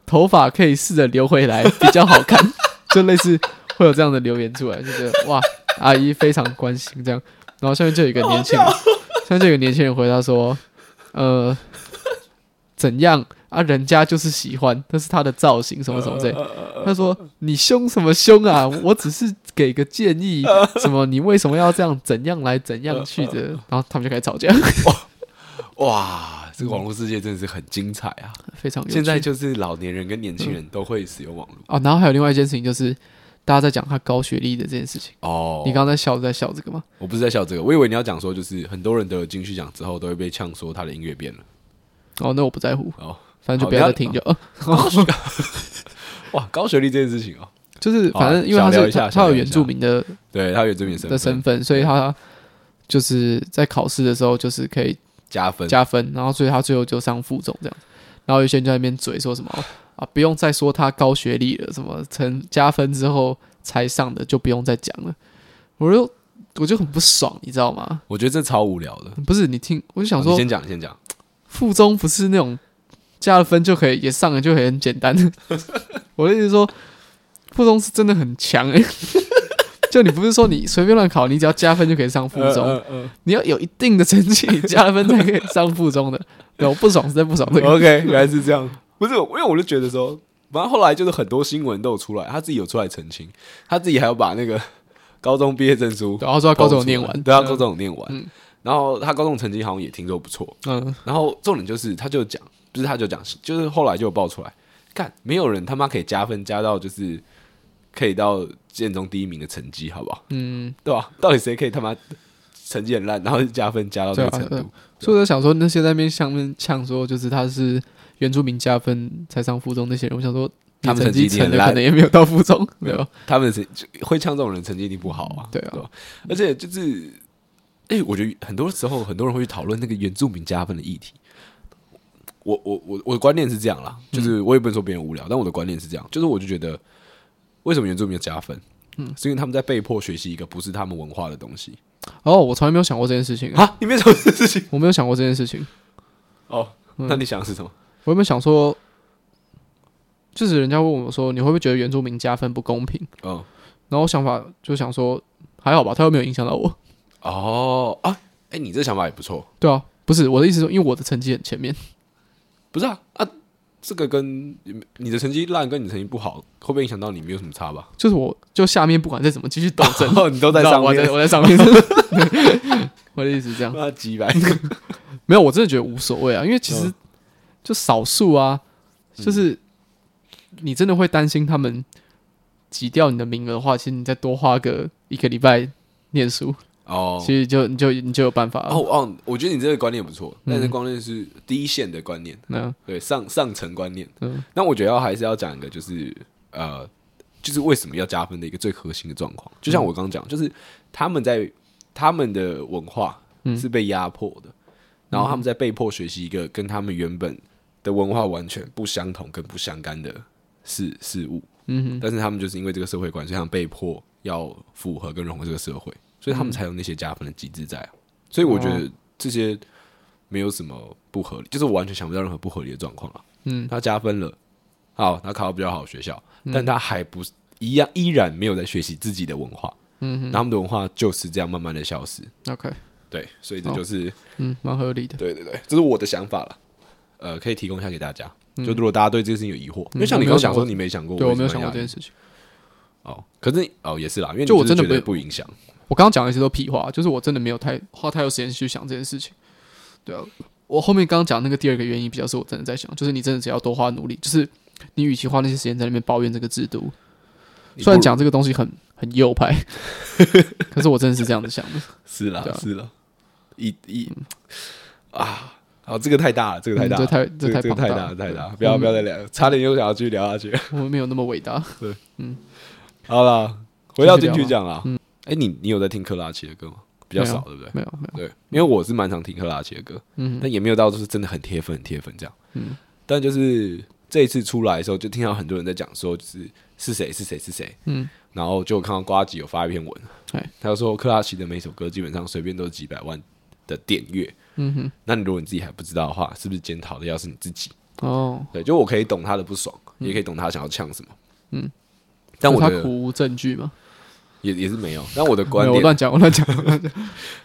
[SPEAKER 1] 头发可以试着留回来，比较好看。” 就类似会有这样的留言出来，就觉得哇，阿姨非常关心这样。然后下面就有一个年轻人，下面就有一个年轻人回答说：“呃，怎样啊？人家就是喜欢，那是他的造型，什么什么
[SPEAKER 3] 呃
[SPEAKER 1] 之类。”他说：“你凶什么凶啊？我只是给个建议， 什么你为什么要这样？怎样来怎样去
[SPEAKER 3] 呃
[SPEAKER 1] 的？”然后他们就开始吵架，
[SPEAKER 3] 哇，这个网络世界真的是很精彩啊！
[SPEAKER 1] 非常有趣。
[SPEAKER 3] 现在就是老年人跟年轻人都会使用网络。
[SPEAKER 1] 哦，然后还有另外一件事情就是，大家在讲他高学历的这件事情。
[SPEAKER 3] 哦，
[SPEAKER 1] 你刚刚在笑，在笑这个吗？
[SPEAKER 3] 我不是在笑这个，我以为你要讲说，就是很多人得了金曲奖之后都会被呛说他的音乐变了。
[SPEAKER 1] 哦，那我不在乎，
[SPEAKER 3] 哦，
[SPEAKER 1] 反正就
[SPEAKER 3] 好
[SPEAKER 1] 不要再
[SPEAKER 3] 那
[SPEAKER 1] 听就。呃
[SPEAKER 3] 哇，高学历这件事情哦，
[SPEAKER 1] 就是
[SPEAKER 3] 好啊
[SPEAKER 1] 反正因为
[SPEAKER 3] 小
[SPEAKER 1] 他
[SPEAKER 3] 聊
[SPEAKER 1] 是
[SPEAKER 3] 一下
[SPEAKER 1] 他
[SPEAKER 3] 小
[SPEAKER 1] 他有
[SPEAKER 3] 聊一
[SPEAKER 1] 原住
[SPEAKER 3] 下
[SPEAKER 1] 民的
[SPEAKER 3] 对他有这名身
[SPEAKER 1] 的
[SPEAKER 3] 份
[SPEAKER 1] 身份，所以他就是在考试的时候就是可以
[SPEAKER 3] 加分，
[SPEAKER 1] 加分，然后所以他最后就上附中这样。然后有些人就在那边嘴说什么哦啊，不用再说他高学历了，什么成加分之后才上的就不用再讲了。我就我就很不爽，你知道吗？
[SPEAKER 3] 我觉得这超无聊的。
[SPEAKER 1] 不是你听，我就想
[SPEAKER 3] 哦好你
[SPEAKER 1] 说，
[SPEAKER 3] 先讲，你先讲。
[SPEAKER 1] 附中不是那种加了分就可以也上了就可以很简单。 我的意思是说，附中是真的很强哎、 就你不是说你随便乱考，你只要加分就可以上附中，
[SPEAKER 3] 呃呃
[SPEAKER 1] 你要有一定的成绩，你加了分才可以上附中 的。对，我不爽是在不爽这
[SPEAKER 3] 呃
[SPEAKER 1] 个。
[SPEAKER 3] OK，原来是这样。 不是，因为我就觉得说，反正后来就是很多新闻都有出来，他自己有出来澄清，他自己还要把那个 高中毕业证书
[SPEAKER 1] 然后说他高中有念完，
[SPEAKER 3] 对，他高中有念完。
[SPEAKER 1] 嗯
[SPEAKER 3] 然后他高中成绩好像也听说不错，
[SPEAKER 1] 嗯，
[SPEAKER 3] 然后重点就是，他就讲，不是他就讲，就是后来就有爆出来，看没有人他妈可以加分加到就是可以到建中第一名的成绩，好不好？
[SPEAKER 1] 嗯，
[SPEAKER 3] 对吧、到底谁可以他妈成绩很烂，然后加分加到这个
[SPEAKER 1] 对啊
[SPEAKER 3] 程度？
[SPEAKER 1] 对啊所以我在想说，那些在那边上面呛说，就是他是原住民加分才上附中那些人，我想说，你
[SPEAKER 3] 他们
[SPEAKER 1] 成
[SPEAKER 3] 成绩
[SPEAKER 1] 绩
[SPEAKER 3] 一定很
[SPEAKER 1] 成的
[SPEAKER 3] 烂
[SPEAKER 1] 可能也没有到附中，对吧？
[SPEAKER 3] 他们的成就会呛这种人成绩一定不好啊，
[SPEAKER 1] 对啊
[SPEAKER 3] 吧，而且就是，哎、我觉得很多时候很多人会去讨论那个原住民加分的议题。我我我我的观念是这样啦，就是我也不能说别人无聊，但我的观念是这样，就是我就觉得为什么原住民要加分？嗯，是因为他们在被迫学习一个不是他们文化的东西
[SPEAKER 1] 哦，我从来没有想过这件事情，
[SPEAKER 3] 啊！你没想过这事情
[SPEAKER 1] 我没有想过这件事情。
[SPEAKER 3] 哦？那你想的是什么？
[SPEAKER 1] 我有没有想说，就是人家问我说，你会不会觉得原住民加分不公平？
[SPEAKER 3] 嗯，
[SPEAKER 1] 然后我想法就想说，还好吧，他又没有影响到我。
[SPEAKER 3] 哦啊，哎、你这想法也不错，
[SPEAKER 1] 对啊，不是我的意思是说，因为我的成绩很前面，
[SPEAKER 3] 不是啊啊，这个跟你的成绩烂跟你的成绩不好，会不会影响到你？没有什么差吧？
[SPEAKER 1] 就是我就下面不管再怎么继续斗争，
[SPEAKER 3] 后 你 都
[SPEAKER 1] 你知道我在我在上面。 我的意思是这样，
[SPEAKER 3] 那 几百，
[SPEAKER 1] 没有，我真的觉得无所谓啊，因为其实
[SPEAKER 3] 嗯
[SPEAKER 1] 就少数啊，就是你真的会担心他们挤掉你的名额的话，其实你再多花个一个礼拜念书，
[SPEAKER 3] 哦
[SPEAKER 1] 其实就你就你就有办法了。
[SPEAKER 3] 哦哦，我觉得你这个观念不错，但是
[SPEAKER 1] 嗯
[SPEAKER 3] 观念是第一线的观念，
[SPEAKER 1] 那
[SPEAKER 3] 对上上层观念。
[SPEAKER 1] 嗯
[SPEAKER 3] 那我觉得要还是要讲一个，就是呃，就是为什么要加分的一个最核心的状况。就像我刚刚讲，就是他们在他们的文化
[SPEAKER 1] 嗯
[SPEAKER 3] 是被压迫的，然后他们在被迫学习一个跟他们原本的文化完全不相同、跟不相干的事事物。
[SPEAKER 1] 嗯
[SPEAKER 3] 但是他们就是因为这个社会关系，他们被迫要符合跟融合这个社会，所
[SPEAKER 1] 嗯
[SPEAKER 3] 以他们才有那些加分的机制在啊、所以我觉
[SPEAKER 1] 哦
[SPEAKER 3] 得这些没有什么不合理，就是我完全想不到任何不合理的状况啊。
[SPEAKER 1] 嗯，
[SPEAKER 3] 他加分了，好，他考到比较好的学校，但他还不是一样，依然没有在学习自己的文化。
[SPEAKER 1] 嗯，
[SPEAKER 3] 然后他们的文化就是这样慢慢的消失。
[SPEAKER 1] 哼，OK，
[SPEAKER 3] 对，所以这就是、
[SPEAKER 1] 嗯，蛮合理的。
[SPEAKER 3] 对对对，这是我的想法了。呃，可以提供一下给大家。就如果大家对这个事情有疑惑，因为像你
[SPEAKER 1] 嗯我没有
[SPEAKER 3] 刚刚讲
[SPEAKER 1] 想过
[SPEAKER 3] 说你没想过，
[SPEAKER 1] 对我没有
[SPEAKER 3] 为什
[SPEAKER 1] 想
[SPEAKER 3] 么
[SPEAKER 1] 过
[SPEAKER 3] 要
[SPEAKER 1] 这件事情。
[SPEAKER 3] 哦，可是哦也是啦，因为你
[SPEAKER 1] 就我
[SPEAKER 3] 是
[SPEAKER 1] 真的
[SPEAKER 3] 觉得
[SPEAKER 1] 不
[SPEAKER 3] 不影响。
[SPEAKER 1] 我刚刚讲的一些都屁话，就是我真的没有太花太多时间去想这件事情。对啊，我后面刚刚讲那个第二个原因，比较是我真的在想，就是你真的只要多花努力，就是你与其花那些时间在那边抱怨这个制度，虽然讲这个东西很很右派，可是我真的是这样子想的。
[SPEAKER 3] 是啦
[SPEAKER 1] 对啊
[SPEAKER 3] 是啦，一一啊，好，这个太大了，这个太大
[SPEAKER 1] 嗯
[SPEAKER 3] 了，
[SPEAKER 1] 这太
[SPEAKER 3] 这
[SPEAKER 1] 这太
[SPEAKER 3] 这个
[SPEAKER 1] 庞
[SPEAKER 3] 太
[SPEAKER 1] 大
[SPEAKER 3] 大了
[SPEAKER 1] 了
[SPEAKER 3] 太
[SPEAKER 1] 对
[SPEAKER 3] 大了，不要
[SPEAKER 1] 嗯
[SPEAKER 3] 不要再聊了，差点又想要继续聊下去。
[SPEAKER 1] 我们没有那么伟大。
[SPEAKER 3] 好啦，回到
[SPEAKER 1] 继续
[SPEAKER 3] 金曲
[SPEAKER 1] 聊吧嗯
[SPEAKER 3] 奖啦，哎，你你有在听克拉奇的歌吗？比较
[SPEAKER 1] 没有
[SPEAKER 3] 少，对不对？
[SPEAKER 1] 没有没有，
[SPEAKER 3] 对，因为我是蛮常听克拉奇的歌，
[SPEAKER 1] 嗯
[SPEAKER 3] 但也没有到就是真的很贴粉、很贴粉这样。嗯，但就是这一次出来的时候，就听到很多人在讲说，就是是谁是谁是谁，
[SPEAKER 1] 嗯，
[SPEAKER 3] 然后就看到瓜吉有发一篇文
[SPEAKER 1] 哎，
[SPEAKER 3] 他就说克拉奇的每首歌基本上随便都是几百万的点阅。
[SPEAKER 1] 嗯哼，
[SPEAKER 3] 那你如果你自己还不知道的话，是不是检讨的要是你自己？
[SPEAKER 1] 哦，
[SPEAKER 3] 对，就我可以懂他的不爽，也可以懂他想要呛什么。
[SPEAKER 1] 嗯，
[SPEAKER 3] 但我
[SPEAKER 1] 他
[SPEAKER 3] 的
[SPEAKER 1] 苦无证据嘛？
[SPEAKER 3] 也也是没有。但我的
[SPEAKER 1] 没
[SPEAKER 3] 观
[SPEAKER 1] 有，我
[SPEAKER 3] 点，
[SPEAKER 1] 乱讲，我乱讲。我乱讲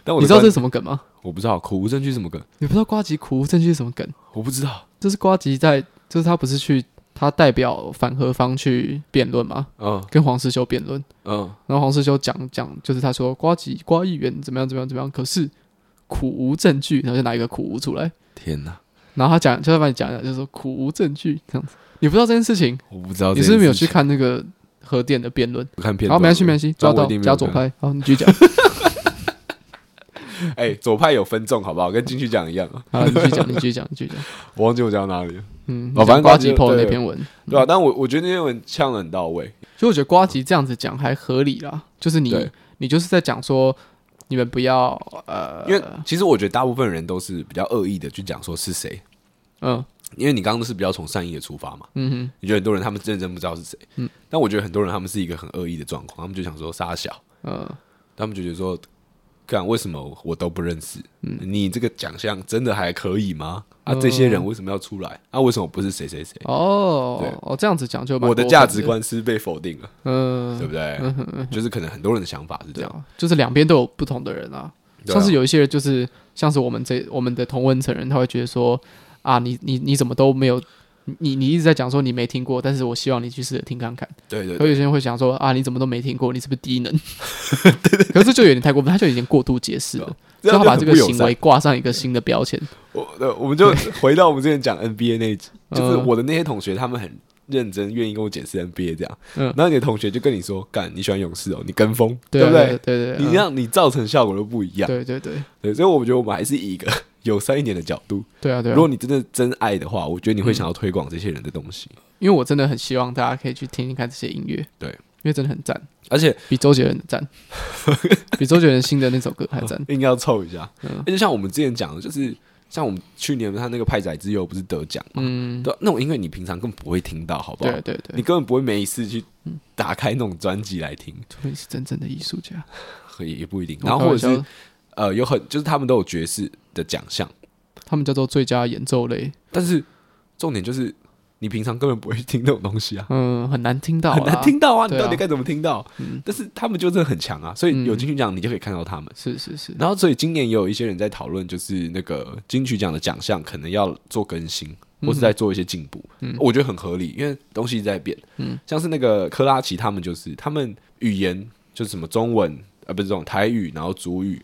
[SPEAKER 3] 但 我
[SPEAKER 1] 你
[SPEAKER 3] 的
[SPEAKER 1] 知道
[SPEAKER 3] 观
[SPEAKER 1] 这是什么梗吗？
[SPEAKER 3] 我不知道苦无证据什么梗，
[SPEAKER 1] 你不知道瓜吉苦无证据是什么梗？
[SPEAKER 3] 我不知道。
[SPEAKER 1] 就是瓜吉在，就是他不是去他代表反和方去辩论吗？
[SPEAKER 3] 嗯
[SPEAKER 1] 跟黄世修辩论，
[SPEAKER 3] 嗯
[SPEAKER 1] 然后黄世修讲讲，就是他说瓜吉瓜议员怎么样怎么样怎么样，可是苦无证据，然后就拿一个苦无出来，
[SPEAKER 3] 天哪，
[SPEAKER 1] 然后他讲，就他帮你讲一讲，就是说苦无证据这样子。你不知道这件事情，
[SPEAKER 3] 我不知道
[SPEAKER 1] 你
[SPEAKER 3] 这件
[SPEAKER 1] 是
[SPEAKER 3] 事情。
[SPEAKER 1] 不是没有去看那个核电的辩论？
[SPEAKER 3] 我看片
[SPEAKER 1] 好，
[SPEAKER 3] 段
[SPEAKER 1] 没关系，
[SPEAKER 3] 而已
[SPEAKER 1] 没关系，
[SPEAKER 3] 但
[SPEAKER 1] 抓
[SPEAKER 3] 我
[SPEAKER 1] 到
[SPEAKER 3] 一定没有
[SPEAKER 1] 加左
[SPEAKER 3] 看。
[SPEAKER 1] 派。好，你继续讲，
[SPEAKER 3] 哎、左派有分众，好不好？跟金曲奖一样啊。
[SPEAKER 1] 好，你继续讲，你继续讲，你继续讲。
[SPEAKER 3] 我忘记我讲到哪里了，
[SPEAKER 1] 嗯，
[SPEAKER 3] 哦反正
[SPEAKER 1] 瓜
[SPEAKER 3] 瓜
[SPEAKER 1] 吉
[SPEAKER 3] 吉
[SPEAKER 1] PO 的
[SPEAKER 3] 对
[SPEAKER 1] 那篇文，
[SPEAKER 3] 对吧、但我我觉得那篇文呛的很到位。
[SPEAKER 1] 所以我觉得瓜吉这样子讲还合理啦，就是你
[SPEAKER 3] 对
[SPEAKER 1] 你就是在讲说你们不要呃，
[SPEAKER 3] 因为其实我觉得大部分人都是比较恶意的去讲说是谁，
[SPEAKER 1] 嗯
[SPEAKER 3] 因为你刚刚都是比较从善意的出发嘛。
[SPEAKER 1] 嗯哼
[SPEAKER 3] 你觉得很多人他们认真不知道是谁，
[SPEAKER 1] 嗯
[SPEAKER 3] 但我觉得很多人他们是一个很恶意的状况，他们就想说杀小，
[SPEAKER 1] 嗯
[SPEAKER 3] 他们就觉得说，干为什么我都不认识？
[SPEAKER 1] 嗯
[SPEAKER 3] 你这个奖项真的还可以吗？啊，
[SPEAKER 1] 呃
[SPEAKER 3] 这些人为什么要出来？啊，为什么不是谁谁谁？
[SPEAKER 1] 哦
[SPEAKER 3] 对
[SPEAKER 1] 哦这样子讲就蛮
[SPEAKER 3] 我的
[SPEAKER 1] 过分
[SPEAKER 3] 价值观是被否定了，
[SPEAKER 1] 嗯
[SPEAKER 3] 对不对？就是可能很多人的想法是这
[SPEAKER 1] 对
[SPEAKER 3] 样。
[SPEAKER 1] 啊，就是两边都有不同的人啊。
[SPEAKER 3] 对啊
[SPEAKER 1] 像是有一些人就是像是我们这我们的同温层人，他会觉得说啊，你你你怎么都没有。你你一直在讲说你没听过，但是我希望你去试着听看看。
[SPEAKER 3] 对对
[SPEAKER 1] 可
[SPEAKER 3] 对
[SPEAKER 1] 有些人会想说啊，你怎么都没听过，你是不是低 能？ 可是就有点太过分，他就已经过度解释了。
[SPEAKER 3] 这
[SPEAKER 1] 就
[SPEAKER 3] 样
[SPEAKER 1] 他
[SPEAKER 3] 就
[SPEAKER 1] 把
[SPEAKER 3] 很
[SPEAKER 1] 这
[SPEAKER 3] 不
[SPEAKER 1] 个
[SPEAKER 3] 友
[SPEAKER 1] 行
[SPEAKER 3] 善
[SPEAKER 1] 为挂上一个新的标签。
[SPEAKER 3] 我呃我们就回到我们之前讲 NBA 那一集，就是
[SPEAKER 1] 嗯
[SPEAKER 3] 我的那些同学，他们很认真，愿意跟我解释 NBA 这样。
[SPEAKER 1] 嗯
[SPEAKER 3] 然后你的同学就跟你说：“干，你喜欢勇士哦，你跟风，
[SPEAKER 1] 对啊
[SPEAKER 3] 不
[SPEAKER 1] 对？对对，
[SPEAKER 3] 你
[SPEAKER 1] 嗯
[SPEAKER 3] 这样你造成效果都不一样。
[SPEAKER 1] 对对对
[SPEAKER 3] 对，所以我觉得我们还是以一个 友善一点的角度。
[SPEAKER 1] 对啊对啊嗯
[SPEAKER 3] 如。果你真的真爱的话，我觉得你会想要推广这些人的东西。
[SPEAKER 1] 因为我真的很希望大家可以去听听看这些音乐，
[SPEAKER 3] 对
[SPEAKER 1] 因为真的很赞，
[SPEAKER 3] 而且
[SPEAKER 1] 比周杰伦的 赞，比周杰伦新的那首歌还嗯赞。
[SPEAKER 3] 硬要凑一下，而且像我们之前讲的，就是像我们去年他那个派仔之友不是得奖嘛？
[SPEAKER 1] 嗯，
[SPEAKER 3] 对啊，那种音乐你平常根本不会听到，好不好
[SPEAKER 1] 对？对对，
[SPEAKER 3] 你根本不会每一次去打开那种专辑来听，
[SPEAKER 1] 除非是真正的艺术家。
[SPEAKER 3] 也也不一定。
[SPEAKER 1] 嗯我
[SPEAKER 3] 然后或者
[SPEAKER 1] 开玩
[SPEAKER 3] 是
[SPEAKER 1] 笑
[SPEAKER 3] 呃，有很就是他们都有爵士的奖项，
[SPEAKER 1] 他们叫做最佳演奏类，
[SPEAKER 3] 但是重点就是你平常根本不会听那种东西啊，
[SPEAKER 1] 嗯，很难听到，
[SPEAKER 3] 很难听。到啊，你
[SPEAKER 1] 对啊
[SPEAKER 3] 到底该怎么听到？
[SPEAKER 1] 嗯
[SPEAKER 3] 但是他们就真的很强啊，所以有
[SPEAKER 1] 嗯
[SPEAKER 3] 金曲奖你就可以看到他们。
[SPEAKER 1] 是是是，
[SPEAKER 3] 然后，所以今年也有一些人在讨论，就是那个金曲奖的奖项可能要做更新，
[SPEAKER 1] 嗯
[SPEAKER 3] 或是在做一些进步。我觉得很合理，因为东西一直在变。
[SPEAKER 1] 嗯
[SPEAKER 3] 像是那个科拉奇他们就是他们语言就是什么中文呃不是这种台语，然后主语，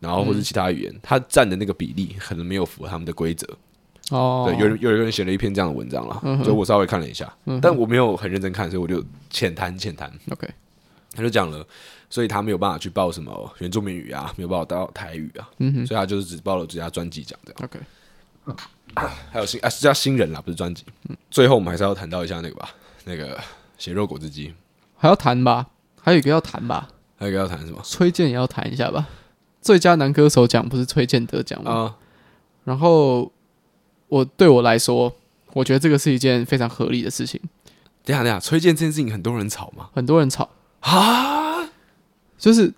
[SPEAKER 3] 然后或是其他语言，
[SPEAKER 1] 嗯
[SPEAKER 3] 它占的那个比例可能没有符合他们的规则。
[SPEAKER 1] 哦，
[SPEAKER 3] 对，有人有一个人写了一篇这样的文章啦，
[SPEAKER 1] 嗯哼嗯
[SPEAKER 3] 所以我稍微看了一下，但我没有很认真看，所以我就浅谈浅谈。
[SPEAKER 1] OK，
[SPEAKER 3] 他就讲了，所以他没有办法去报什么原住民语啊，没有办法到台语啊，
[SPEAKER 1] 嗯哼
[SPEAKER 3] 所以他就是只报了最佳专辑奖这样。
[SPEAKER 1] ，OK，
[SPEAKER 3] 还有新啊，是叫新人啦，不是专辑。
[SPEAKER 1] 嗯
[SPEAKER 3] 最后我们还是要谈到一下那个吧，那个血肉果汁机，
[SPEAKER 1] 还要谈吧，还有一个要谈吧，
[SPEAKER 3] 还有一个要谈什么
[SPEAKER 1] 崔健也要谈一下吧。最佳男歌手奖不是崔健得奖吗？
[SPEAKER 3] 啊？
[SPEAKER 1] 然后我对我来说，我觉得这个是一件非常合理的事情。
[SPEAKER 3] 等一下等一下，崔健这件事情很多人吵嘛
[SPEAKER 1] 很多人吵，
[SPEAKER 3] 啊？哎
[SPEAKER 1] 就是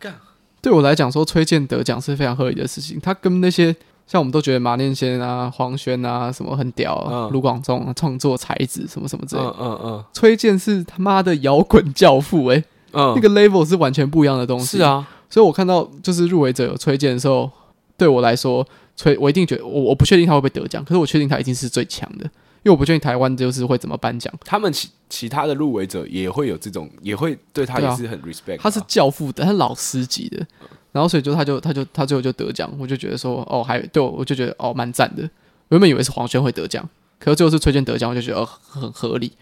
[SPEAKER 3] 干
[SPEAKER 1] 对我来讲说崔健得奖是非常合理的事情。他跟那些像我们都觉得马念先啊、黄轩啊什么很屌啊，
[SPEAKER 3] 嗯
[SPEAKER 1] 卢广仲啊创作才子什么什么之类的。
[SPEAKER 3] 嗯嗯嗯
[SPEAKER 1] 崔健是他妈的摇滚教父诶、
[SPEAKER 3] 嗯，
[SPEAKER 1] 那个 level 是完全不一样的东西。
[SPEAKER 3] 是，啊，
[SPEAKER 1] 所以我看到就是入围者有崔健的时候，对我来说，崔我一定觉得我我不确定他会不会得奖，可是我确定他一定是最强的，因为我不确定台湾就是会怎么颁奖。
[SPEAKER 3] 他们其其他的入围者也会有这种，也会对他
[SPEAKER 1] 对
[SPEAKER 3] 也
[SPEAKER 1] 啊
[SPEAKER 3] 是很 respect 的啊。
[SPEAKER 1] 他是教父的，他是老师级的，然后所以就他就他就他最后就得奖，我就觉得说哦，还对我我就觉得哦蛮赞的。原本以为是呃黄轩会得奖，可是最后是崔健得奖，我就觉得、哦、很合理。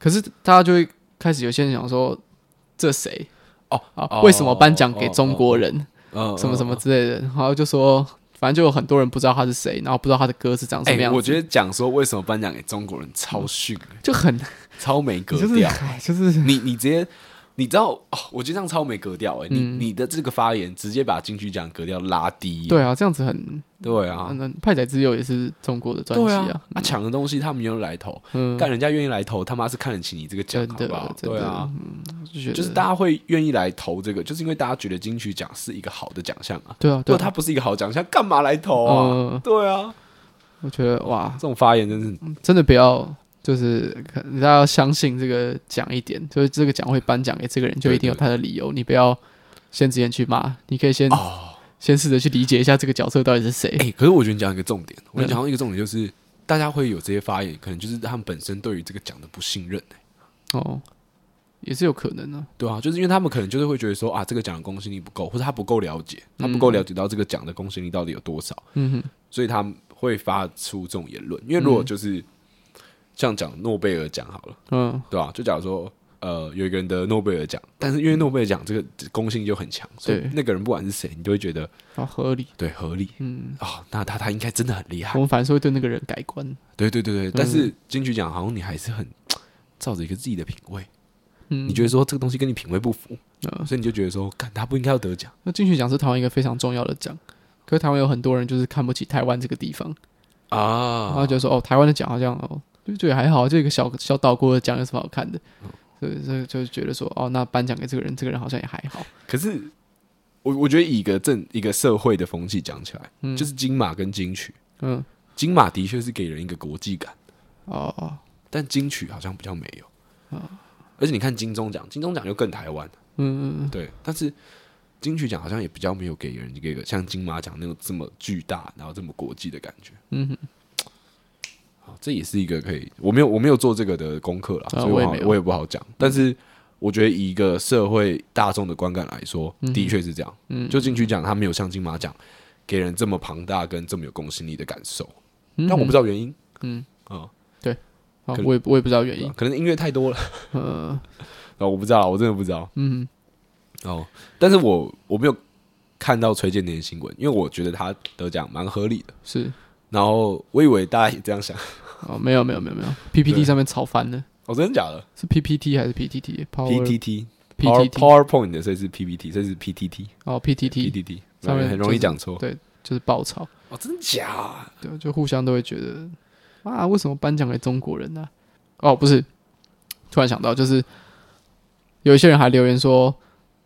[SPEAKER 1] 可是大家就会开始有些人想说，这谁
[SPEAKER 3] 哦
[SPEAKER 1] 啊？为什么颁奖给中国人？
[SPEAKER 3] 嗯
[SPEAKER 1] 什么什么之类的，然后就说，反正就有很多人不知道他是谁，然后不知道他的歌是长什
[SPEAKER 3] 哎、
[SPEAKER 1] 么样子，
[SPEAKER 3] 我觉得讲说为什么颁奖给中国人超逊、
[SPEAKER 1] 就很
[SPEAKER 3] 超没格
[SPEAKER 1] 就是
[SPEAKER 3] 调。
[SPEAKER 1] 哎 就是
[SPEAKER 3] 你你直接，你知道，哦、我觉得这样超没格调哎、你、你的这个发言直接把金曲奖格调拉低、
[SPEAKER 1] 嗯对啊，这样子很，
[SPEAKER 3] 对啊，
[SPEAKER 1] 嗯，派仔之友也是中国的专辑
[SPEAKER 3] 对
[SPEAKER 1] 啊
[SPEAKER 3] 啊，，啊抢的东西他们没有来投，
[SPEAKER 1] 嗯，
[SPEAKER 3] 但人家愿意来投，他妈是看得起你这个奖，
[SPEAKER 1] 真
[SPEAKER 3] 好
[SPEAKER 1] 的
[SPEAKER 3] 不好？
[SPEAKER 1] 真
[SPEAKER 3] 对啊
[SPEAKER 1] 的，，就觉得
[SPEAKER 3] 就是大家会愿意来投这个，就是因为大家觉得金曲奖是一个好的奖项啊。
[SPEAKER 1] 对啊，
[SPEAKER 3] 如
[SPEAKER 1] 对
[SPEAKER 3] 果
[SPEAKER 1] 啊，
[SPEAKER 3] 它不是一个好奖项，干嘛来投啊？
[SPEAKER 1] 嗯
[SPEAKER 3] 对啊，
[SPEAKER 1] 我觉得哇
[SPEAKER 3] 这，种发言真是
[SPEAKER 1] 真的不要。就是可大家要相信这个奖一点，就是这个奖会颁奖给这个人，就一定有他的理由。你不要先之前去骂，你可以先
[SPEAKER 3] 哦。
[SPEAKER 1] 先试着去理解一下这个角色到底是谁。
[SPEAKER 3] 哎、可是我觉得你讲一个重点，我
[SPEAKER 1] 嗯
[SPEAKER 3] 跟你讲到一个重点就是，大家会有这些发言，可能就是他们本身对于这个奖的不信任、欸。
[SPEAKER 1] 哦，也是有可能啊。
[SPEAKER 3] 对啊，就是因为他们可能就是会觉得说啊，这个奖的公信力不够，或者他不够了解，他不够了解到这个奖的公信力到底有多少，
[SPEAKER 1] 嗯哼，
[SPEAKER 3] 所以他们会发出这种言论。因为如果就是、像讲诺贝尔奖好了，
[SPEAKER 1] 嗯，
[SPEAKER 3] 对吧、就假如说，呃，有一个人得诺贝尔奖，但是因为诺贝尔奖这个公信力就很强，所以
[SPEAKER 1] 对
[SPEAKER 3] 那个人不管是谁，你都会觉得
[SPEAKER 1] 好合理。
[SPEAKER 3] 对合理
[SPEAKER 1] 嗯，
[SPEAKER 3] 啊、哦，那他他应该真的很厉害
[SPEAKER 1] 我。们反而是会对那个人改观。
[SPEAKER 3] 对对对对，
[SPEAKER 1] 嗯
[SPEAKER 3] 但是金曲奖好像你还是很照着一个自己的品味，
[SPEAKER 1] 嗯，
[SPEAKER 3] 你觉得说这个东西跟你品味不符，
[SPEAKER 1] 嗯
[SPEAKER 3] 所以你就觉得说，干他不应该要得奖。
[SPEAKER 1] 那金曲奖是台湾一个非常重要的奖，可是台湾有很多人就是看不起台湾这个地方，然后
[SPEAKER 3] 啊
[SPEAKER 1] 觉得说哦，台湾的奖好像哦，就觉得还好，就一个小小岛国的奖有什么好看的？
[SPEAKER 3] 嗯
[SPEAKER 1] 所以所以就是觉得说哦，那颁奖给这个人，这个人好像也还好。
[SPEAKER 3] 可是我我觉得以一个正一个社会的风气讲起来，就是金马跟金曲，
[SPEAKER 1] 嗯，
[SPEAKER 3] 金马的确是给人一个国际感，
[SPEAKER 1] 哦，
[SPEAKER 3] 但金曲好像比较没有。而且你看金钟奖，金钟奖就更台湾，
[SPEAKER 1] 嗯，
[SPEAKER 3] 对，但是金曲奖好像也比较没有给人一个像金马奖那种这么巨大，然后这么国际的感觉。
[SPEAKER 1] 嗯哼，
[SPEAKER 3] 好，这也是一个可以，我没有我没有做这个的功课啦，
[SPEAKER 1] 啊
[SPEAKER 3] 所
[SPEAKER 1] 我
[SPEAKER 3] 以我
[SPEAKER 1] 也
[SPEAKER 3] 好
[SPEAKER 1] 没有
[SPEAKER 3] 我也不好讲。但是我觉得以一个社会大众的观感来说，的确是这样。
[SPEAKER 1] 嗯
[SPEAKER 3] 就金曲奖它没有像金马奖给人这么庞大跟这么有公信力的感受，
[SPEAKER 1] 嗯
[SPEAKER 3] 但我不知道原因，
[SPEAKER 1] 好
[SPEAKER 3] 可
[SPEAKER 1] 我也我也不知道原因。
[SPEAKER 3] 可能音乐太多了，
[SPEAKER 1] 呃，
[SPEAKER 3] 啊，我不知道啦，我真的不知道。
[SPEAKER 1] 嗯，
[SPEAKER 3] 哦，但是我我没有看到崔健那些新闻，因为我觉得他得奖蛮合理的。
[SPEAKER 1] 是
[SPEAKER 3] 然后我以为大家也这样想，
[SPEAKER 1] 哦，没有没有没有没有，PPT
[SPEAKER 3] 对
[SPEAKER 1] 上面吵翻了，
[SPEAKER 3] 哦，真的假的
[SPEAKER 1] 是 PPT 还是 PTT？PTT
[SPEAKER 3] ？PTT Power
[SPEAKER 1] PTT
[SPEAKER 3] PowerPoint 的，所以是 PPT，所以是 PTT
[SPEAKER 1] 哦 PTT
[SPEAKER 3] PTT，
[SPEAKER 1] 上面
[SPEAKER 3] 很容
[SPEAKER 1] 就
[SPEAKER 3] 易
[SPEAKER 1] 是
[SPEAKER 3] 讲错。
[SPEAKER 1] 对，就是爆炒，
[SPEAKER 3] 哦，真的假？
[SPEAKER 1] 对，啊就互相都会觉得啊，为什么颁奖给中国人呢、哦，不是，突然想到，就是有一些人还留言说，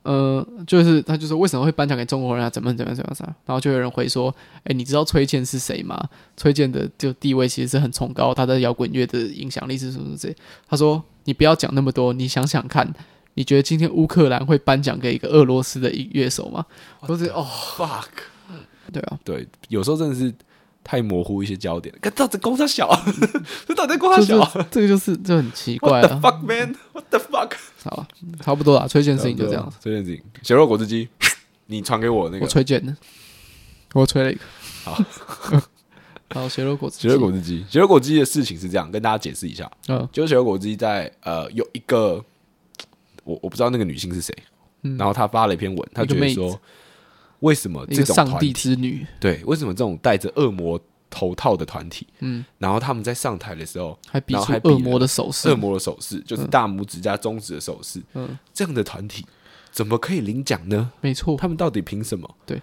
[SPEAKER 1] 呃，就是他就说为什么会颁奖给中国人啊？怎么怎么样怎么样怎么样？然后就有人回说，哎、你知道崔健是谁吗？崔健的就地位其实是很崇高，他在摇滚乐的影响力是什么什么之类。他说，你不要讲那么多，你想想看。你觉得今天乌克兰会颁奖给一个俄罗斯的乐手吗？我就是哦，
[SPEAKER 3] fuck，
[SPEAKER 1] 对啊，
[SPEAKER 3] 对，有时候真的是太模糊一些焦点。看到底攻他小啊， 这到底在攻他
[SPEAKER 1] 就
[SPEAKER 3] 小
[SPEAKER 1] 是
[SPEAKER 3] 啊
[SPEAKER 1] 这个就是就很奇怪
[SPEAKER 3] ？What
[SPEAKER 1] 啊
[SPEAKER 3] the。fuck man？What the fuck？
[SPEAKER 1] 好了，差不多啦，推荐事情就这样。，
[SPEAKER 3] 这件事情。血肉果汁机， 你传给我那
[SPEAKER 1] 我
[SPEAKER 3] 个
[SPEAKER 1] 推荐的，我推了一个。
[SPEAKER 3] 好，
[SPEAKER 1] 好，血肉果汁，
[SPEAKER 3] 血肉果，汁机，血肉果汁机的事情是这样，跟大家解释一下。
[SPEAKER 1] 嗯
[SPEAKER 3] 就是小果汁在呃有一个，我我不知道那个女性是谁，
[SPEAKER 1] 嗯
[SPEAKER 3] 然后她发了一篇文，她觉得
[SPEAKER 1] 妹
[SPEAKER 3] 说为什么
[SPEAKER 1] 一
[SPEAKER 3] 这
[SPEAKER 1] 个
[SPEAKER 3] 种
[SPEAKER 1] 上
[SPEAKER 3] 团
[SPEAKER 1] 帝
[SPEAKER 3] 体
[SPEAKER 1] 之女，
[SPEAKER 3] 对为什么这种戴着恶魔头套的团体，
[SPEAKER 1] 嗯，
[SPEAKER 3] 然后他们在上台的时候，
[SPEAKER 1] 还比
[SPEAKER 3] 然后
[SPEAKER 1] 出
[SPEAKER 3] 还比
[SPEAKER 1] 恶魔的手势，
[SPEAKER 3] 恶，魔的手势就是大拇指加中指的手势，
[SPEAKER 1] 嗯，
[SPEAKER 3] 这样的团体怎么可以领奖呢？
[SPEAKER 1] 没错，
[SPEAKER 3] 他们到底凭什么？对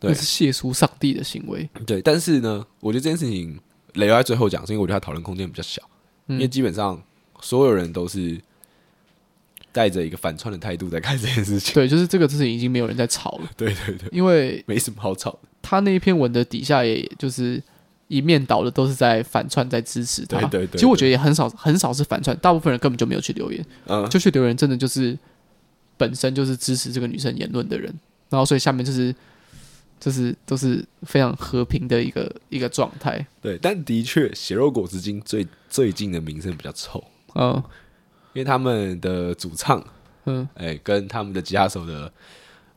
[SPEAKER 1] 那是亵渎上帝的行为。
[SPEAKER 3] 对，但是呢，我觉得这件事情雷欧在最后讲，是因为我觉得他讨论空间比较小，
[SPEAKER 1] 嗯
[SPEAKER 3] 因为基本上所有人都是带着一个反串的态度在看这件事情。
[SPEAKER 1] 对，就是这个事情已经没有人在吵了，
[SPEAKER 3] 对对对，
[SPEAKER 1] 因为
[SPEAKER 3] 没什么好吵的。
[SPEAKER 1] 他那一篇文的底下，也就是一面倒的都是在反串，在支持他。
[SPEAKER 3] 对对对对
[SPEAKER 1] 其实我觉得也很少很少是反串，大部分人根本就没有去留言。
[SPEAKER 3] 嗯，
[SPEAKER 1] 就去留言真的就是本身就是支持这个女生言论的人，然后所以下面就是就是都是非常和平的一个一个状态，
[SPEAKER 3] 对，但的确，血肉果汁精最最近的名声比较臭，
[SPEAKER 1] 嗯
[SPEAKER 3] 因为他们的主唱
[SPEAKER 1] 嗯，
[SPEAKER 3] 哎、跟他们的吉他手的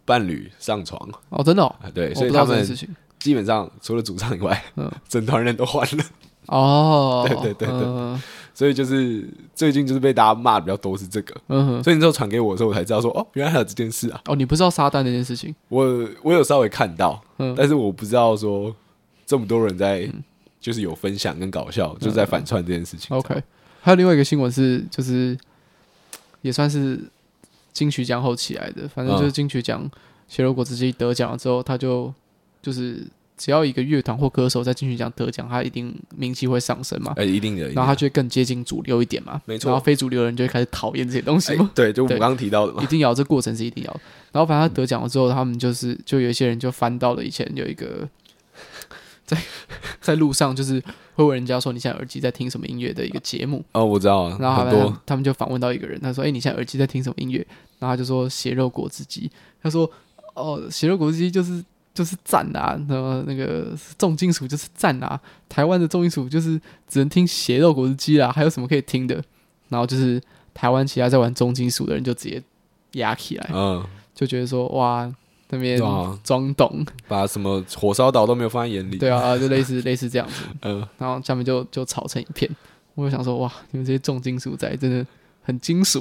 [SPEAKER 3] 伴侣上床
[SPEAKER 1] 哦，真的、哦，
[SPEAKER 3] 啊，对，
[SPEAKER 1] 我
[SPEAKER 3] 所
[SPEAKER 1] 不
[SPEAKER 3] 以
[SPEAKER 1] 知道
[SPEAKER 3] 他
[SPEAKER 1] 这件
[SPEAKER 3] 们
[SPEAKER 1] 事情，
[SPEAKER 3] 基本上除了主唱以外，
[SPEAKER 1] 嗯
[SPEAKER 3] 整团人都换了。
[SPEAKER 1] 哦，
[SPEAKER 3] 对对对对
[SPEAKER 1] 嗯
[SPEAKER 3] 所以就是最近就是被大家骂的比较多是这个，
[SPEAKER 1] 嗯哼，
[SPEAKER 3] 所以你之后传给我的时候，我才知道说哦，原来还有这件事啊。
[SPEAKER 1] 哦，你不知道撒旦那件事情，
[SPEAKER 3] 我我有稍微看到，
[SPEAKER 1] 嗯
[SPEAKER 3] 但是我不知道说这么多人在就是有分享跟搞笑，就是在反串这件事情。
[SPEAKER 1] 嗯 OK，还有另外一个新闻是，就是也算是金曲奖后起来的，反正就是
[SPEAKER 3] 嗯
[SPEAKER 1] 金曲奖血肉果汁机得奖了之后，他就就是只要一个乐团或歌手在金曲奖得奖，他一定名气会上升嘛，
[SPEAKER 3] 哎、一定的，一定的
[SPEAKER 1] 然后他就会更接近主流一点嘛，
[SPEAKER 3] 没错
[SPEAKER 1] 然后非主流的人就会开始讨厌这些东西
[SPEAKER 3] 哎
[SPEAKER 1] 嘛，
[SPEAKER 3] 对，就我
[SPEAKER 1] 对
[SPEAKER 3] 们刚刚提到的嘛
[SPEAKER 1] 一，定要这过程是一定要的。然后反正他得奖了之后，他们就是就有一些人就翻到了以前有一个 在 在路上就是会问人家说你现在耳机在听什么音乐的一个节目。
[SPEAKER 3] 哦，我知道啊，
[SPEAKER 1] 然后
[SPEAKER 3] 很
[SPEAKER 1] 好像他
[SPEAKER 3] 多
[SPEAKER 1] 们他们就访问到一个人，他说：“哎、你现在耳机在听什么音乐？”然后他就说：“血肉果汁机。”他说：“哦，血肉果汁机就是就是赞啊，那么那个重金属就是赞啊，台湾的重金属就是只能听血肉果汁机啦，还有什么可以听的？”然后就是台湾其他在玩重金属的人就直接压起来，
[SPEAKER 3] 嗯，
[SPEAKER 1] 就觉得说：“哇，那边
[SPEAKER 3] 对啊
[SPEAKER 1] 装懂，
[SPEAKER 3] 把什么火烧岛都没有放在眼里。
[SPEAKER 1] 对 啊，就类似类似这样子。”
[SPEAKER 3] 嗯，
[SPEAKER 1] 然后下面就就吵成一片。我就想说：“哇，你们这些重金属仔真的很金属。”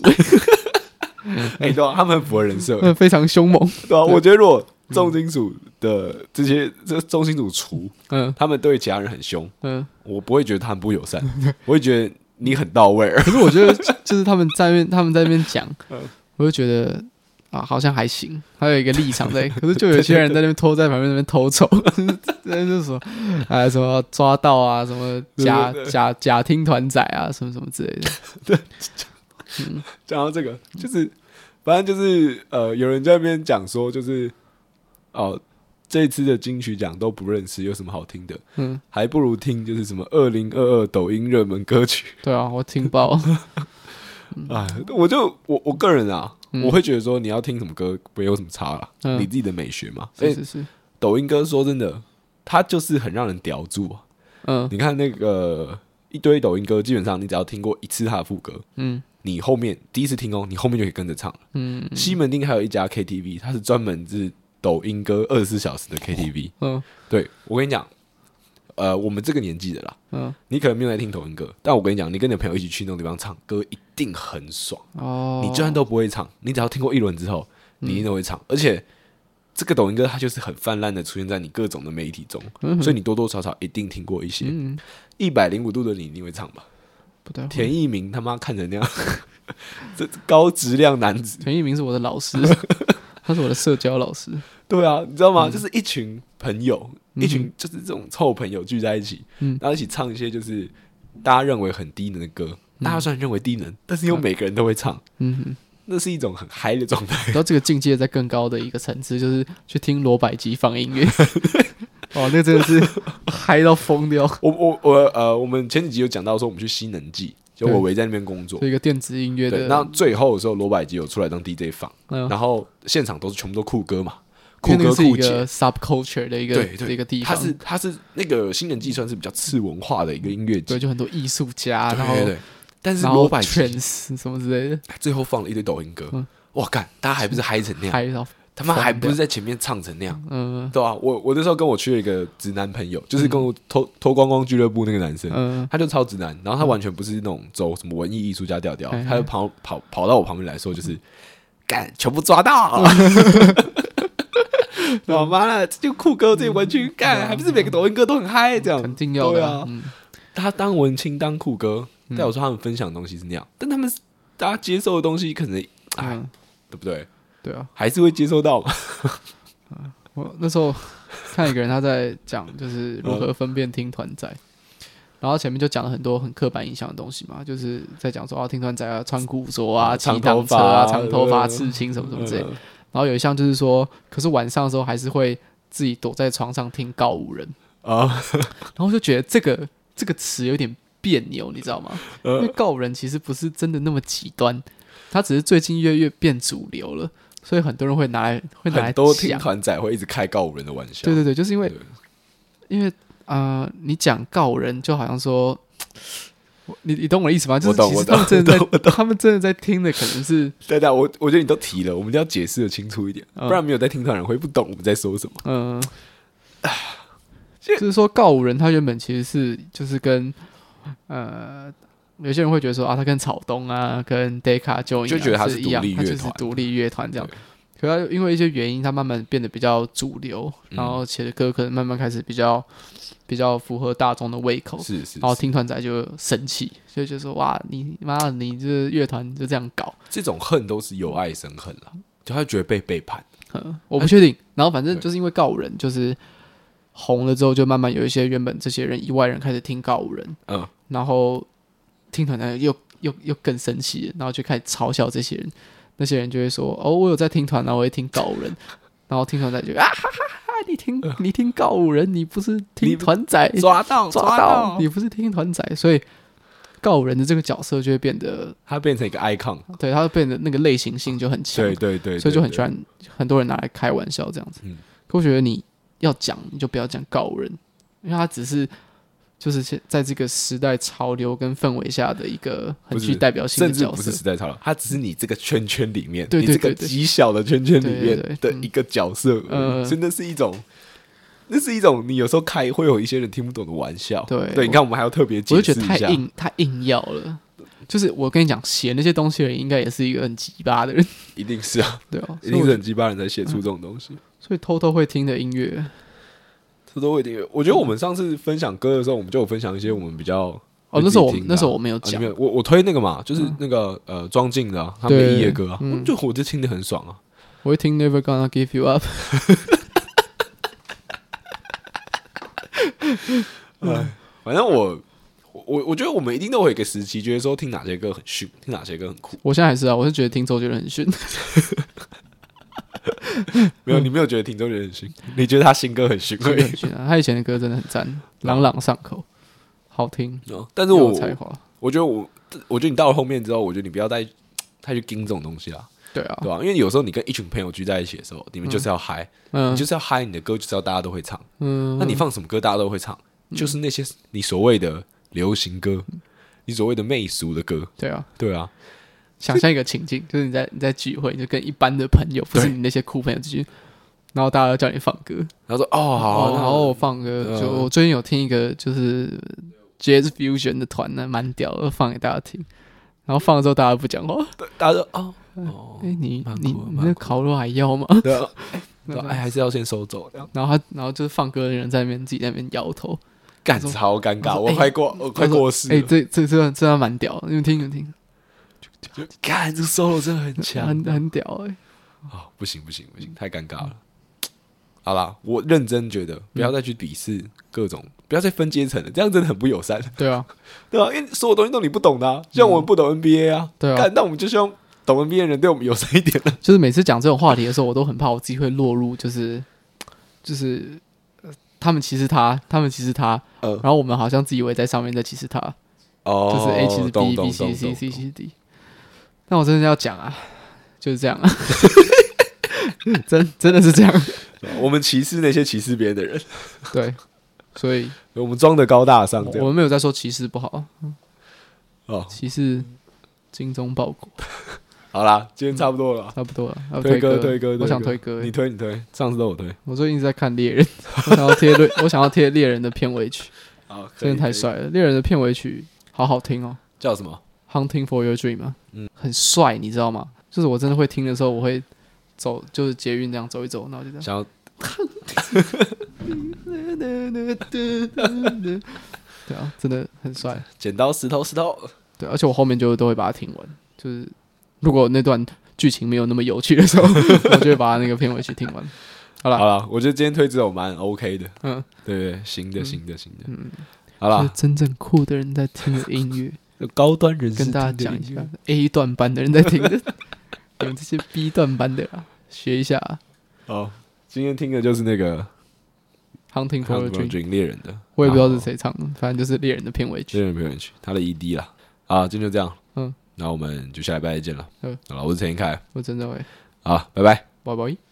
[SPEAKER 3] 哎、对啊，他们很符合人设，
[SPEAKER 1] 嗯，非嗯常凶猛。
[SPEAKER 3] 对啊，我觉得如果重金属的这些这重金属厨，
[SPEAKER 1] 嗯
[SPEAKER 3] 他们对其他人很凶，
[SPEAKER 1] 嗯，
[SPEAKER 3] 我不会觉得他们不友善，我会觉得你很到位。
[SPEAKER 1] 可是我觉得就是他们在那边他们在那边 讲，
[SPEAKER 3] 嗯
[SPEAKER 1] 我就觉得啊，好像还行，还有一个立场 在。可是就有些人在那边偷在旁边那边偷瞅，那 就是说啊什么抓到啊，什么假
[SPEAKER 3] 对对对
[SPEAKER 1] 假假听团仔啊，什么什么之类的。
[SPEAKER 3] 讲到这个，就是反正就是呃，有人在那边讲说，就是哦、这次的金曲奖都不认识，有什么好听的？
[SPEAKER 1] 嗯，
[SPEAKER 3] 还不如听就是什么二零二二抖音热门歌曲
[SPEAKER 1] 对啊，我听 爆。
[SPEAKER 3] 哎啊！我就我我个人啊，
[SPEAKER 1] 嗯
[SPEAKER 3] 我会觉得说你要听什么歌没有什么差啦，
[SPEAKER 1] 嗯
[SPEAKER 3] 你自己的美学嘛。所
[SPEAKER 1] 是
[SPEAKER 3] 以
[SPEAKER 1] 是是，
[SPEAKER 3] 抖音歌说真的，它就是很让人叼住啊。
[SPEAKER 1] 嗯
[SPEAKER 3] 你看那个一堆抖音歌，基本上你只要听过一次它的副歌，
[SPEAKER 1] 嗯
[SPEAKER 3] 你后面第一次听哦，你后面就可以跟着唱了。
[SPEAKER 1] 嗯
[SPEAKER 3] 西门町还有一家 KTV，它是专门是抖音歌二十四小时的 KTV。
[SPEAKER 1] 嗯
[SPEAKER 3] 对我跟你讲，呃，我们这个年纪的啦，
[SPEAKER 1] 嗯，
[SPEAKER 3] 你可能没有在听抖音歌，但我跟你讲，你跟你的朋友一起去那种地方唱歌，一定很爽。
[SPEAKER 1] 哦，
[SPEAKER 3] 你就算都不会唱，你只要听过一轮之后，你一定都会
[SPEAKER 1] 嗯
[SPEAKER 3] 唱。而且这个抖音歌它就是很泛滥的出现在你各种的媒体中，所以你多多少少一定听过一些。
[SPEAKER 1] 嗯
[SPEAKER 3] 一百零五度的你一定会唱吧？
[SPEAKER 1] 不对，
[SPEAKER 3] 田一鸣他妈看成那样， 这这高质量男子，
[SPEAKER 1] 陈一鸣是我的老 师，他是我的社交老师。
[SPEAKER 3] 对啊，你知道吗？就是一群朋友，
[SPEAKER 1] 嗯
[SPEAKER 3] 一群就是这种臭朋友聚在一起，
[SPEAKER 1] 嗯
[SPEAKER 3] 然后一起唱一些就是大家认为很低能的歌。大家虽然认为低能，但是又每个人都会唱，
[SPEAKER 1] 嗯哼。
[SPEAKER 3] 那是一种很嗨的状态。
[SPEAKER 1] 然后这个境界在更高的一个层次，就是去听罗百吉放音乐。 哦，那个真的是嗨到疯掉，
[SPEAKER 3] 我我我呃，我们前几集有讲到说我们去西能记，就
[SPEAKER 1] 对
[SPEAKER 3] 我围在那边工作
[SPEAKER 1] 就。一个电子音乐
[SPEAKER 3] 对，
[SPEAKER 1] 的。
[SPEAKER 3] 那最后的时候，罗百吉有出来当 DJ 放，
[SPEAKER 1] 嗯，
[SPEAKER 3] 然后现场都是全部都酷歌嘛，酷
[SPEAKER 1] 因为那
[SPEAKER 3] 歌
[SPEAKER 1] 个是一
[SPEAKER 3] 酷姐
[SPEAKER 1] 个。subculture 的一个
[SPEAKER 3] 对
[SPEAKER 1] 的
[SPEAKER 3] 对，
[SPEAKER 1] 一个地
[SPEAKER 3] 它
[SPEAKER 1] 方，
[SPEAKER 3] 是它是那个新人计算是比较次文化的一个音乐节
[SPEAKER 1] 对，，就很多艺术家，然后
[SPEAKER 3] 对对对但是
[SPEAKER 1] 然
[SPEAKER 3] 罗
[SPEAKER 1] 后
[SPEAKER 3] 百吉
[SPEAKER 1] trance 什么之类的，
[SPEAKER 3] 最后放了一堆抖音歌，
[SPEAKER 1] 嗯
[SPEAKER 3] 哇干，大家还不是嗨成那样？
[SPEAKER 1] 嗨到
[SPEAKER 3] 他妈还
[SPEAKER 1] 疯
[SPEAKER 3] 不
[SPEAKER 1] 掉
[SPEAKER 3] 是在前面唱成那样？
[SPEAKER 1] 嗯
[SPEAKER 3] 对啊，我我那时候跟我去了一个直男朋友，就是跟我脱脱光光俱乐部那个男生，
[SPEAKER 1] 嗯
[SPEAKER 3] 他就超直男，然后他完全不是那种走什么文艺艺术家调调，
[SPEAKER 1] 嗯
[SPEAKER 3] 他就跑跑跑到我旁边来说，就是干全部 抓到，我妈了，这就酷哥这些文青
[SPEAKER 1] 嗯
[SPEAKER 3] 干，还不是每个抖音歌都很嗨这样，
[SPEAKER 1] 啊肯定要
[SPEAKER 3] 对
[SPEAKER 1] 的
[SPEAKER 3] 啊
[SPEAKER 1] 啊，，嗯
[SPEAKER 3] 他当文青当酷哥，但我说他们分享的东西是那样，但他们大家接受的东西可能哎
[SPEAKER 1] 嗯，
[SPEAKER 3] 对不对？
[SPEAKER 1] 对啊，
[SPEAKER 3] 还是会接收到嘛？
[SPEAKER 1] 我那时候看一个人他在讲就是如何分辨听团仔，然后前面就讲了很多很刻板印象的东西嘛，就是在讲说啊听团仔啊穿古着啊、骑
[SPEAKER 3] 长
[SPEAKER 1] 单
[SPEAKER 3] 头
[SPEAKER 1] 车
[SPEAKER 3] 发
[SPEAKER 1] 啊、
[SPEAKER 3] 啊
[SPEAKER 1] 长头发、
[SPEAKER 3] 对
[SPEAKER 1] 刺青什么什么之类的。
[SPEAKER 3] 嗯
[SPEAKER 1] 然后有一项就是说，可是晚上的时候还是会自己躲在床上听告五人，
[SPEAKER 3] 啊，
[SPEAKER 1] 然后就觉得这个这个词有点别扭，你知道吗？因为
[SPEAKER 3] 呃
[SPEAKER 1] 告五人其实不是真的那么极端，它只是最近越来越变主流了，所以很多人会拿来会拿来
[SPEAKER 3] 很多听
[SPEAKER 1] 讲
[SPEAKER 3] 团仔会一直开告五人的玩笑。
[SPEAKER 1] 对对对，就是因为
[SPEAKER 3] 对
[SPEAKER 1] 因为啊、呃你讲告人就好像说， 我你你懂我的意思吗？就
[SPEAKER 3] 我
[SPEAKER 1] 是
[SPEAKER 3] 懂
[SPEAKER 1] 其实
[SPEAKER 3] 我
[SPEAKER 1] 他
[SPEAKER 3] 懂
[SPEAKER 1] 们真的
[SPEAKER 3] 我懂我
[SPEAKER 1] 在，他们真的在听的可能是
[SPEAKER 3] 对对，我我觉得你都提了，我们一定要解释的清楚一点，
[SPEAKER 1] 嗯
[SPEAKER 3] 不然没有在听团人会不懂我们在说什么。
[SPEAKER 1] 嗯， 就是说告五人他原本其实是就是跟呃有些人会觉得说啊，他跟草东啊，跟 Deca 就
[SPEAKER 3] 就觉得他
[SPEAKER 1] 是
[SPEAKER 3] 是
[SPEAKER 1] 一样
[SPEAKER 3] 独立
[SPEAKER 1] 他就
[SPEAKER 3] 乐
[SPEAKER 1] 是
[SPEAKER 3] 团
[SPEAKER 1] 独立乐团这样
[SPEAKER 3] 对。
[SPEAKER 1] 可他因为一些原因，他慢慢变得比较主流，
[SPEAKER 3] 嗯
[SPEAKER 1] 然后写的歌可能慢慢开始比较比较符合大众的胃口，
[SPEAKER 3] 是是是
[SPEAKER 1] 然后听团仔就生气，就就说哇，你妈的，你这乐团就这样搞，
[SPEAKER 3] 这种恨都是由爱生恨了，就他觉得被背叛，
[SPEAKER 1] 嗯，我不确定。然后反正
[SPEAKER 3] 哎对
[SPEAKER 1] 就是因为告五人就是红了之后，就慢慢有一些原本这些人以外人开始听告五人，
[SPEAKER 3] 嗯，
[SPEAKER 1] 然后听团团又又又更生气了，然后就开始嘲笑这些人。那些人就会说：“哦，我有在听团，然后我会听告五人。”然后听团仔就啊哈哈哈，你听你听告五人，你不是
[SPEAKER 3] 你
[SPEAKER 1] 听
[SPEAKER 3] 不
[SPEAKER 1] 团仔，
[SPEAKER 3] 抓到
[SPEAKER 1] 抓
[SPEAKER 3] 到，哦
[SPEAKER 1] 你不是听团仔，所以告五人的这个角色就会变得，
[SPEAKER 3] 他变成一个 icon，
[SPEAKER 1] 对，他会变得那个类型性就很强。
[SPEAKER 3] 对对对，
[SPEAKER 1] 所以就很
[SPEAKER 3] 对
[SPEAKER 1] 喜欢很多人拿来开玩笑这样子。
[SPEAKER 3] 嗯
[SPEAKER 1] 可我觉得你要讲，你就不要讲告人，因为他只是就是现在这个时代潮流跟氛围下的一个很
[SPEAKER 3] 不是
[SPEAKER 1] 具代表性
[SPEAKER 3] 甚
[SPEAKER 1] 的
[SPEAKER 3] 至
[SPEAKER 1] 角
[SPEAKER 3] 不
[SPEAKER 1] 色
[SPEAKER 3] 是。时代潮流，他只是你这个圈圈里面，
[SPEAKER 1] 对
[SPEAKER 3] 你
[SPEAKER 1] 对
[SPEAKER 3] 这个
[SPEAKER 1] 对对
[SPEAKER 3] 极小的圈圈里
[SPEAKER 1] 对对
[SPEAKER 3] 面
[SPEAKER 1] 对
[SPEAKER 3] 的
[SPEAKER 1] 嗯
[SPEAKER 3] 一个角色而已，
[SPEAKER 1] 呃
[SPEAKER 3] 所以那是一种，那是一种你有时候开会有一些人听不懂的玩笑，
[SPEAKER 1] 对
[SPEAKER 3] 对，你看我们还要特别
[SPEAKER 1] 我
[SPEAKER 3] 解
[SPEAKER 1] 就觉
[SPEAKER 3] 释
[SPEAKER 1] 得
[SPEAKER 3] 一
[SPEAKER 1] 太
[SPEAKER 3] 下，
[SPEAKER 1] 硬太硬要了。就是我跟你讲，写那些东西的人应该也是一个很鸡巴的人，
[SPEAKER 3] 一定是啊，
[SPEAKER 1] 对啊，所
[SPEAKER 3] 一
[SPEAKER 1] 以
[SPEAKER 3] 定
[SPEAKER 1] 我
[SPEAKER 3] 是
[SPEAKER 1] 就
[SPEAKER 3] 很鸡巴人才写出这种东西，
[SPEAKER 1] 所以偷偷会听的音乐，
[SPEAKER 3] 这都一定。我觉得我们上次分享歌的时候，我们就有分享一些我们比较
[SPEAKER 1] 哦那时候我
[SPEAKER 3] 会自己听的
[SPEAKER 1] 那
[SPEAKER 3] 啊
[SPEAKER 1] 时候我没有讲嗯
[SPEAKER 3] 啊你我我推那个嘛，就是那个呃庄敬的啊他们
[SPEAKER 1] 对
[SPEAKER 3] 的夜歌啊，
[SPEAKER 1] 嗯
[SPEAKER 3] 我就我就听得很爽啊，
[SPEAKER 1] 我会听 Never Gonna Give You Up，
[SPEAKER 3] 反正我我我我觉得我们一定都会有一个时期，觉得说听哪些歌很逊，听哪些歌很酷。
[SPEAKER 1] 我现在还是啊，我是觉得听周杰伦很 逊，
[SPEAKER 3] 没有，
[SPEAKER 1] 嗯
[SPEAKER 3] 你没有觉得听周杰伦很逊，你觉得他新歌很逊而
[SPEAKER 1] 真的
[SPEAKER 3] 已
[SPEAKER 1] 很。逊啊，他以前的歌真的很赞，朗朗上口，好听，
[SPEAKER 3] 哦啊但是
[SPEAKER 1] 又
[SPEAKER 3] 我
[SPEAKER 1] 有才华，
[SPEAKER 3] 我觉得我我觉得你到了后面之后，我觉得你不要再太去盯这种东西啦，
[SPEAKER 1] 对啊
[SPEAKER 3] 对，吧？因为有时候你跟一群朋友聚在一起的时候，你们就是要嗨，
[SPEAKER 1] 嗯
[SPEAKER 3] 你就是要嗨，你的歌就是要大家都会唱。
[SPEAKER 1] 嗯，
[SPEAKER 3] 那你放什么歌大家都会唱，就是那些你所谓的流行歌，你所谓的媚俗的歌，
[SPEAKER 1] 对啊，
[SPEAKER 3] 对啊，
[SPEAKER 1] 想象一个情境，就是你在你在聚会，你就跟一般的朋友，不是
[SPEAKER 3] 对
[SPEAKER 1] 你那些酷朋友聚会，然后大家要叫你放歌，
[SPEAKER 3] 然后说哦，好啊，
[SPEAKER 1] 哦然后我放歌，
[SPEAKER 3] 嗯
[SPEAKER 1] 就我最近有听一个就是 Jazz Fusion 的团呢，蛮屌的，放给大家听。然后放了之后，大家不讲话。
[SPEAKER 3] 大家说哦哦
[SPEAKER 1] 哎，，你
[SPEAKER 3] 蛮酷的
[SPEAKER 1] 你
[SPEAKER 3] 蛮
[SPEAKER 1] 你
[SPEAKER 3] 酷的
[SPEAKER 1] 那烤肉还要吗？
[SPEAKER 3] 对啊，对啊哎，还是要先收走，这样
[SPEAKER 1] 然后他，然后就是放歌的人在那边自己在那边摇头。
[SPEAKER 3] 干超尴
[SPEAKER 1] 他
[SPEAKER 3] 尬，
[SPEAKER 1] 说
[SPEAKER 3] 我
[SPEAKER 1] 哎
[SPEAKER 3] 快过我快过世
[SPEAKER 1] 哎，
[SPEAKER 3] 了，
[SPEAKER 1] 这这这这还蛮屌的，你们听你们听，
[SPEAKER 3] 就干这 solo 真的很强
[SPEAKER 1] 很很屌哎。
[SPEAKER 3] 啊，不行不行不行，太尴尬了。好啦，我认真觉得不要再去鄙视各种，不要再分阶层了，这样真的很不友善，
[SPEAKER 1] 对啊，
[SPEAKER 3] 对吧、因为所有东西都你不懂的、啊，像我们不懂 NBA 啊，
[SPEAKER 1] 嗯对啊
[SPEAKER 3] 干那我们就希望懂 NBA 的人对我们友善一点啊。
[SPEAKER 1] 就是每次讲这种话题的时候，我都很怕我自己会落入，就是就是、呃他们歧视他，他们歧视他，
[SPEAKER 3] 嗯
[SPEAKER 1] 然后我们好像自以为在上面在歧视他，
[SPEAKER 3] 哦
[SPEAKER 1] 就是 A 歧视 B B C C C C D。但我真的要讲啊，就是这样啊， 真真的是这样，
[SPEAKER 3] 我们歧视那些歧视别人的人，
[SPEAKER 1] 对，所以
[SPEAKER 3] 我们装的高大上这
[SPEAKER 1] 我
[SPEAKER 3] 样
[SPEAKER 1] 们没有在说歧视不好，
[SPEAKER 3] 哦。
[SPEAKER 1] 歧视精忠报国，
[SPEAKER 3] 好啦，今天差不多了啊，
[SPEAKER 1] 差不多了。要
[SPEAKER 3] 推
[SPEAKER 1] 歌
[SPEAKER 3] 歌推歌，
[SPEAKER 1] 我想推
[SPEAKER 3] 推
[SPEAKER 1] 歌
[SPEAKER 3] 你，推你推，上次都有推，
[SPEAKER 1] 我最近一直在看猎人， 我想要贴猎， 我想要贴猎人的片尾曲。
[SPEAKER 3] 好，可以
[SPEAKER 1] 真的太，
[SPEAKER 3] 可
[SPEAKER 1] 帅了！猎人的片尾曲好好听哦
[SPEAKER 3] 以叫什么？
[SPEAKER 1] ，Hunting for Your Dream 啊，
[SPEAKER 3] 嗯
[SPEAKER 1] 很帅，你知道吗？就是我真的会听的时候，我会走，就是捷运这样走一走，然后就这 样。
[SPEAKER 3] 想要
[SPEAKER 1] 对啊，真的很帅。
[SPEAKER 3] 剪刀石头石头，
[SPEAKER 1] 对，而且我后面就都会把它听完，就是如果那段剧情没有那么有趣的时候， 我就会把它那个片尾曲听完。好
[SPEAKER 3] 好
[SPEAKER 1] 了，
[SPEAKER 3] 了，我觉得今天推这种蛮 OK 的，
[SPEAKER 1] 嗯，
[SPEAKER 3] 对对对，行的行的行的，
[SPEAKER 1] 嗯
[SPEAKER 3] 好
[SPEAKER 1] 就是
[SPEAKER 3] 啦，
[SPEAKER 1] 真正酷的人在听的音乐，
[SPEAKER 3] 高端人士
[SPEAKER 1] 跟大家讲一下 A 段班的人在听的， 你们这些 B 段班的啊，学一下啊。
[SPEAKER 3] 哦。今天听的就是那个
[SPEAKER 1] Hunting
[SPEAKER 3] 《
[SPEAKER 1] for a
[SPEAKER 3] Hunger
[SPEAKER 1] Dream，
[SPEAKER 3] Dream》猎人的，
[SPEAKER 1] 我也不知道
[SPEAKER 3] 然
[SPEAKER 1] 是
[SPEAKER 3] 后
[SPEAKER 1] 谁唱的，反正就是猎人的片尾曲。
[SPEAKER 3] 猎人没有人去，他的 ED 啦。啊，今天就这样，
[SPEAKER 1] 嗯，
[SPEAKER 3] 那我们就下礼拜再见了
[SPEAKER 1] 嗯。
[SPEAKER 3] 好了，我是陈英凯，啊
[SPEAKER 1] 我真的会，
[SPEAKER 3] 好，拜拜。
[SPEAKER 1] 拜拜。